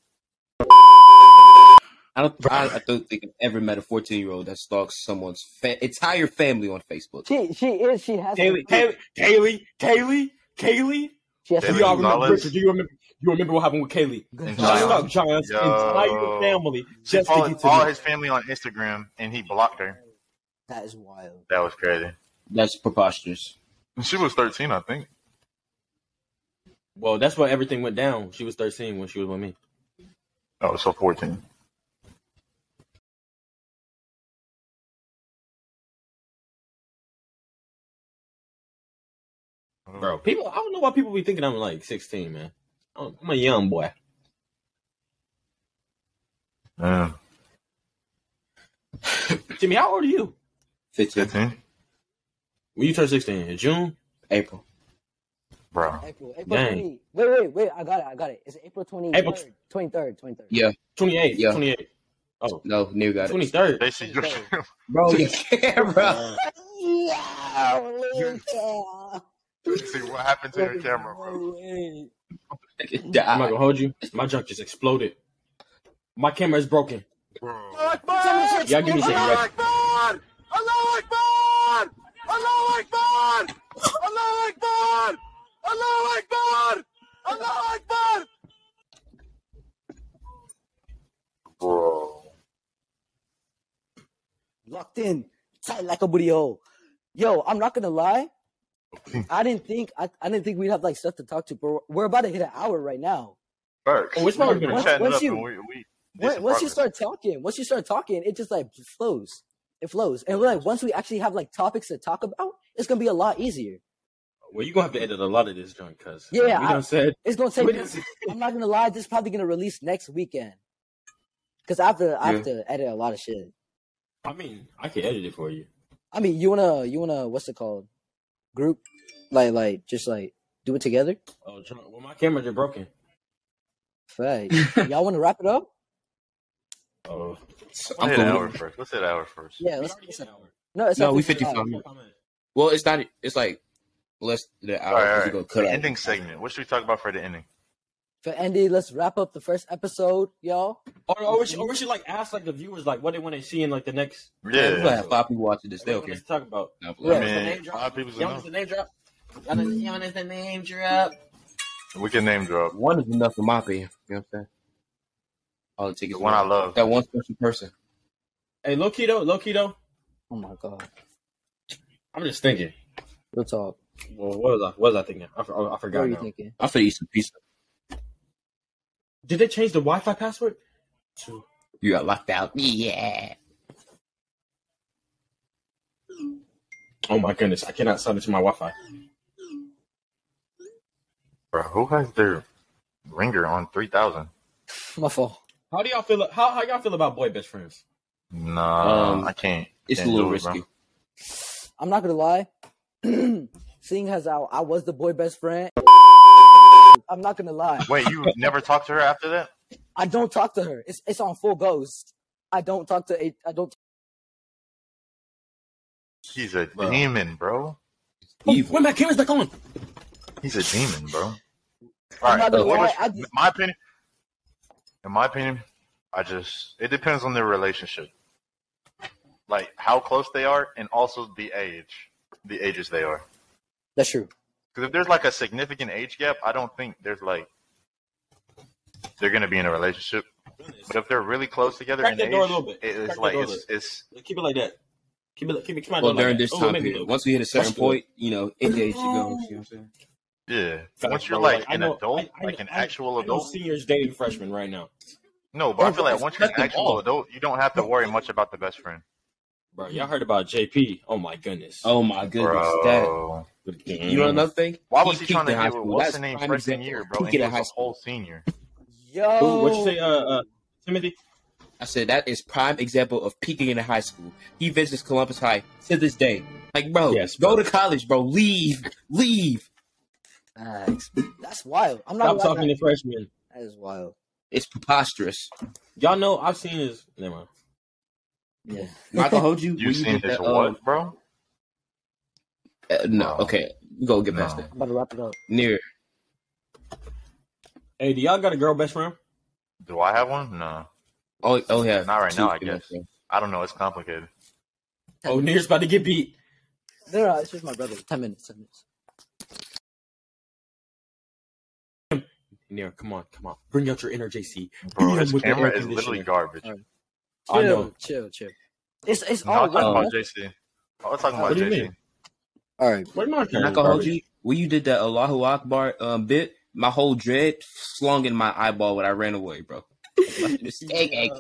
S6: I don't, I, I don't think I've ever met a 14 year old that stalks someone's fa- entire family on Facebook.
S1: She she is. She has.
S4: Kaylee, Kaylee, Kaylee, Kaylee, Kaylee.
S1: She has.
S3: Kaylee
S4: Do y'all remember?
S3: Gonzalez.
S4: Richard, do you remember? You remember what happened with Kaylee?
S3: And
S4: She
S3: Zion.
S4: stalked John's
S3: Yo.
S4: entire family
S3: She
S4: just to
S3: followed
S4: get to
S3: all
S4: me.
S3: his family on Instagram, and he blocked her.
S1: That is wild.
S3: That was crazy.
S6: That's preposterous.
S3: She was thirteen, I think.
S4: Well, that's why everything went down. She was 13 when she was with me.
S3: Oh, so fourteen.
S4: Bro, people, I don't know why people be thinking I'm like 16, man. I'm I'm a young boy.
S3: Yeah,
S4: Jimmy, how old are you?
S6: 15
S3: fifteen,
S4: When you turn 16? In June?
S6: April.
S3: bro.
S1: April. April
S4: Dang.
S1: 20. Wait, wait, wait. I got it. I got it. It's April 23rd.
S4: April-
S1: 23rd. 23rd.
S6: Yeah.
S4: 28.
S6: Yeah.
S4: 28. Oh,
S6: No, near got it.
S4: 23rd.
S3: They see your
S6: Bro, your camera.
S3: they see what happened to your camera, bro.
S4: I'm not gonna hold you. My junk just exploded. My camera is broken.
S3: bro.
S4: Y'all give me a second. right?
S3: bro.
S1: Locked in. Tight like a booty hole. Yo, I'm not gonna lie. I didn't think I, I didn't think we'd have like stuff to talk to, but we're- we're about to hit an hour right now.
S3: Facts.
S4: Oh, it's
S3: We
S4: not
S3: were
S4: even-
S1: Once-
S3: chatting
S1: once
S3: up
S1: you-
S3: and we- we-
S1: Once,
S3: decent
S1: once you start
S3: progress.
S1: talking, once you start talking, it just like flows. It flows, and we're like once we actually have like topics to talk about, it's gonna be a lot easier.
S4: Well, you're gonna have to edit a lot of this junk, cuz.
S1: Yeah,
S4: We
S1: I-
S4: done said.
S1: It's gonna take.
S4: We done said
S1: I'm not gonna lie. This is probably gonna release next weekend. Cause I have to, I have to edit a lot of shit.
S4: I mean, I can edit it for you.
S1: I mean, you wanna, you wanna, what's it called? Group, like, like, just like do it together.
S4: Oh, junk. Well, my camera just broken.
S1: Fact. Y'all wanna wrap it up?
S4: Oh.
S3: Let's
S6: I'm
S3: hit
S6: cool.
S3: hour first. Let's hit hour first.
S1: Yeah. Let's, let's, no, it's
S6: No,
S1: not
S6: we
S1: 55.
S6: 55 minutes. Well, it's not. It's like less than an
S3: All
S6: hour.
S3: right, all
S6: 'cause
S3: right.
S6: we gonna cut
S3: The
S6: out.
S3: ending segment. What should we talk about for the ending?
S1: For Andy, let's wrap up the first episode, y'all.
S4: Or, or, we should, or we should like ask like the viewers like what they want to see in like the next.
S6: We're gonna
S3: Yeah.
S6: have five people watching this. They
S4: What
S6: don't
S4: they
S6: care.
S4: want to talk about.
S6: No,
S1: Yeah.
S3: I
S6: like,
S3: mean, five people's
S4: Y'all
S3: enough.
S4: want the name drop? Y'all
S1: Mm-hmm.
S4: want- y'all want the name drop?
S3: We can name drop.
S6: One is enough in my opinion. You know what I'm saying? All it takes
S3: The
S6: is
S3: one I love.
S6: That one special person.
S4: Hey, low key though, low key though.
S1: Oh my god.
S4: I'm just thinking.
S1: Real talk.
S4: Well, what was I? What was I thinking? I, for- I
S1: What
S4: forgot.
S1: are you
S4: now.
S1: thinking?
S6: I feel eat some pizza.
S4: Did they change the Wi-Fi password? To
S6: You got locked out. Yeah.
S4: oh my goodness, I cannot sign into my Wi-Fi.
S3: Bro, who has their ringer on 3,000?
S1: My fault.
S4: How do y'all feel? How how y'all feel about boy best friends?
S3: Nah,
S6: Um,
S3: I can't.
S6: It's a
S3: can't
S6: little
S3: do it, bro.
S6: risky.
S1: I'm not gonna lie. Seeing as how I was the boy best friend, I'm not gonna lie.
S3: Wait, you never talked to her after that?
S1: I don't talk to her. It's it's on full ghost. I don't talk to a. I don't.
S3: He's a
S6: Bro.
S3: demon, bro.
S6: Evil.
S4: When my camera's back on.
S3: He's a demon, bro. All
S1: I'm
S3: right,
S1: not gonna
S3: what
S1: lie,
S3: was-
S1: I just-
S3: my opinion. In my opinion, I just it depends on their relationship, like how close they are, and also the age, the ages they are.
S1: That's true.
S3: Because if there's like a significant age gap, I don't think there's like they're gonna be in a relationship. But if they're really close together
S4: Crack
S3: in
S4: that
S3: age,
S4: door a little bit.
S3: it-
S4: Crack
S3: it's
S4: that
S3: like
S4: door a
S3: it's, it's
S4: Keep it like that. Keep it. Keep it. Keep my
S6: Well,
S4: door
S6: during
S4: like that.
S6: this
S4: Oh,
S6: time
S4: maybe
S6: period,
S4: look.
S6: once we hit a certain
S4: That's good.
S6: point, you know, it, it should go. You know what I'm saying?
S3: yeah.
S4: Facts,
S3: Once you're
S4: bro.
S3: like
S4: I
S3: an
S4: know-
S3: adult,
S4: I- I
S3: like
S4: know-
S3: an
S4: I-
S3: actual
S4: I know
S3: adult,
S4: seniors dating freshmen right now,
S3: no. But I
S6: Bro,
S3: feel like
S6: that's
S3: once you're an
S6: not the
S3: actual
S6: ball.
S3: adult, you don't have to worry much about the best friend,
S4: bro. Y'all heard about JP? Oh my goodness.
S6: Oh my goodness, that.
S3: bro.
S6: You know another thing?
S3: Why was he,
S6: peaked
S3: trying to
S6: in high
S3: get with
S6: school.
S3: what's
S6: That's
S3: the name
S6: prime
S3: freshman
S6: example.
S3: year, bro? And
S6: Peaked
S3: he
S6: in high
S3: was a
S6: school.
S3: whole senior.
S1: Yo.
S4: Who- What'd you say, uh, uh, Timothy?
S6: I said that is prime example of peaking in high school. He visits Columbus High to this day. Like, bro,
S4: Yes,
S6: go
S4: bro.
S6: to college, bro. Leave, leave.
S1: Facts. That's wild. I'm not.
S4: Stop
S1: gonna lie,
S4: talking to freshmen.
S1: That is wild.
S6: It's preposterous.
S4: Y'all know I've seen his. Never mind.
S1: Yeah.
S6: Michael, hold you.
S3: You
S6: will
S3: seen
S6: get
S3: his
S6: that,
S3: what, bro?
S6: uh, uh, no,
S3: Oh.
S6: okay. We gonna get past
S3: No.
S6: that.
S1: I'm about to wrap it up.
S6: Near.
S4: Hey, do y'all got a girl best friend?
S3: Do I have one? No.
S6: Oh, oh yeah.
S3: Not right
S6: Two
S3: now, I
S6: female
S3: guess.
S6: friends.
S3: I don't know. It's complicated.
S4: Oh, Near's about to get beat.
S1: No, no, uh, it's just my brother. Ten minutes. Ten minutes.
S4: Near, come on, come on. Bring out your inner JC.
S3: Bro,
S4: Yeah,
S3: this
S4: with the
S3: camera
S4: air
S3: is literally
S4: conditioner.
S3: garbage.
S1: Oh,
S4: I
S1: Chill,
S4: know.
S1: chill, chill. It's it's
S3: No,
S1: all
S3: I'm talking
S1: right.
S3: about JC. I was talking about
S4: What do you
S3: JC.
S4: mean?
S1: All right.
S4: Where's my
S6: Not gonna hold you. When you did that Allahu Akbar um, bit, my whole dread slung in my eyeball when I ran away, bro. It's egg, egg.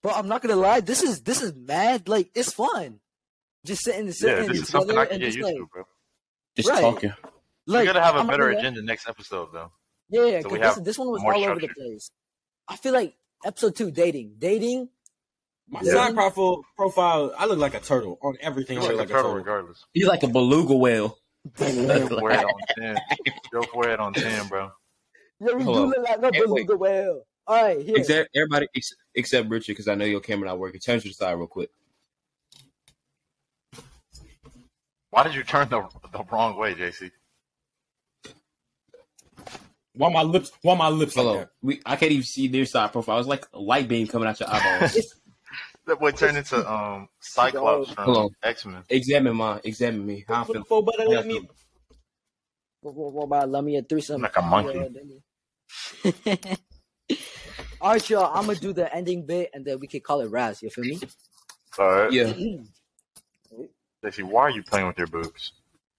S1: But I'm not gonna lie. This is this is mad. Like it's fun. Just sitting, sitting
S3: Yeah, this is something
S1: together
S3: I can
S1: and
S3: get
S1: just
S3: used
S1: like,
S3: to, bro.
S6: Just
S1: Right.
S6: talking.
S1: like
S3: we gotta have
S1: I'm
S3: a
S1: not
S3: better
S1: gonna lie.
S3: agenda next episode, though.
S1: Yeah, yeah.
S3: So
S1: 'cause
S3: we
S1: this,
S3: have
S1: this one was all
S3: more
S1: over the
S3: structure.
S1: place. I feel like episode two, dating, dating.
S4: My
S1: Yeah.
S4: side profile, profile, I look like a turtle on everything.
S3: You
S4: I
S3: look
S4: look
S3: like a turtle, regardless.
S6: You like a beluga whale.
S3: Your forehead on ten. Your forehead on ten, bro.
S1: Yeah, we
S6: Hello.
S1: do look like no
S6: Hey, wait.
S1: beluga whale. All right, here.
S6: Except everybody ex- except Richard, because I know your camera not working. Turn to the side real quick.
S3: Why did you turn the the wrong way, JC?
S4: Why my lips? Why my lips like
S6: Hello.
S4: that?
S6: We I can't even see their side profile. It's like a light beam coming out your eyeballs.
S3: That boy turned into um Cyclops
S6: Hello.
S3: from X Men.
S6: examine mine. Examine me. How I feel.
S4: Four better
S6: How I
S4: let
S6: feel.
S4: me.
S1: What, what, what about let me a threesome?
S3: Like a monkey.
S1: Yeah, then- All right, y'all. I'm gonna do the ending bit, and then we can call it Raz. You feel me?
S3: All right,
S6: Yeah.
S3: JC. Why are you playing with your boobs?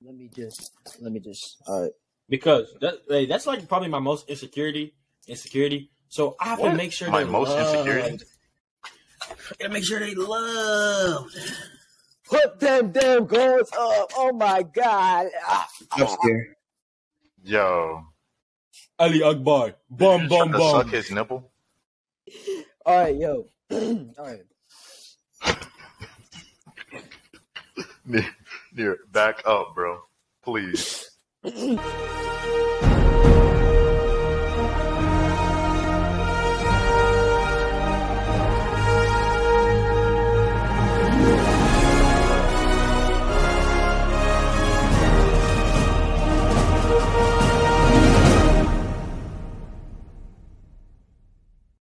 S1: Let me just. Let me just. uh, All right.
S4: Because that, hey, that's like probably my most insecurity. Insecurity. So I have
S3: What?
S4: to make sure
S3: My
S4: they're
S3: most
S4: loved.
S3: insecurity?
S4: I gotta make sure they love.
S1: Put them damn goals up. Oh my god. Ah,
S6: I'm scared.
S3: Yo,
S4: Ali Akbar,
S3: did you
S4: bum
S3: just
S4: bum
S3: try to
S4: bum.
S3: Suck his nipple.
S1: All right, yo. all right.
S3: Near, back up, bro. Please.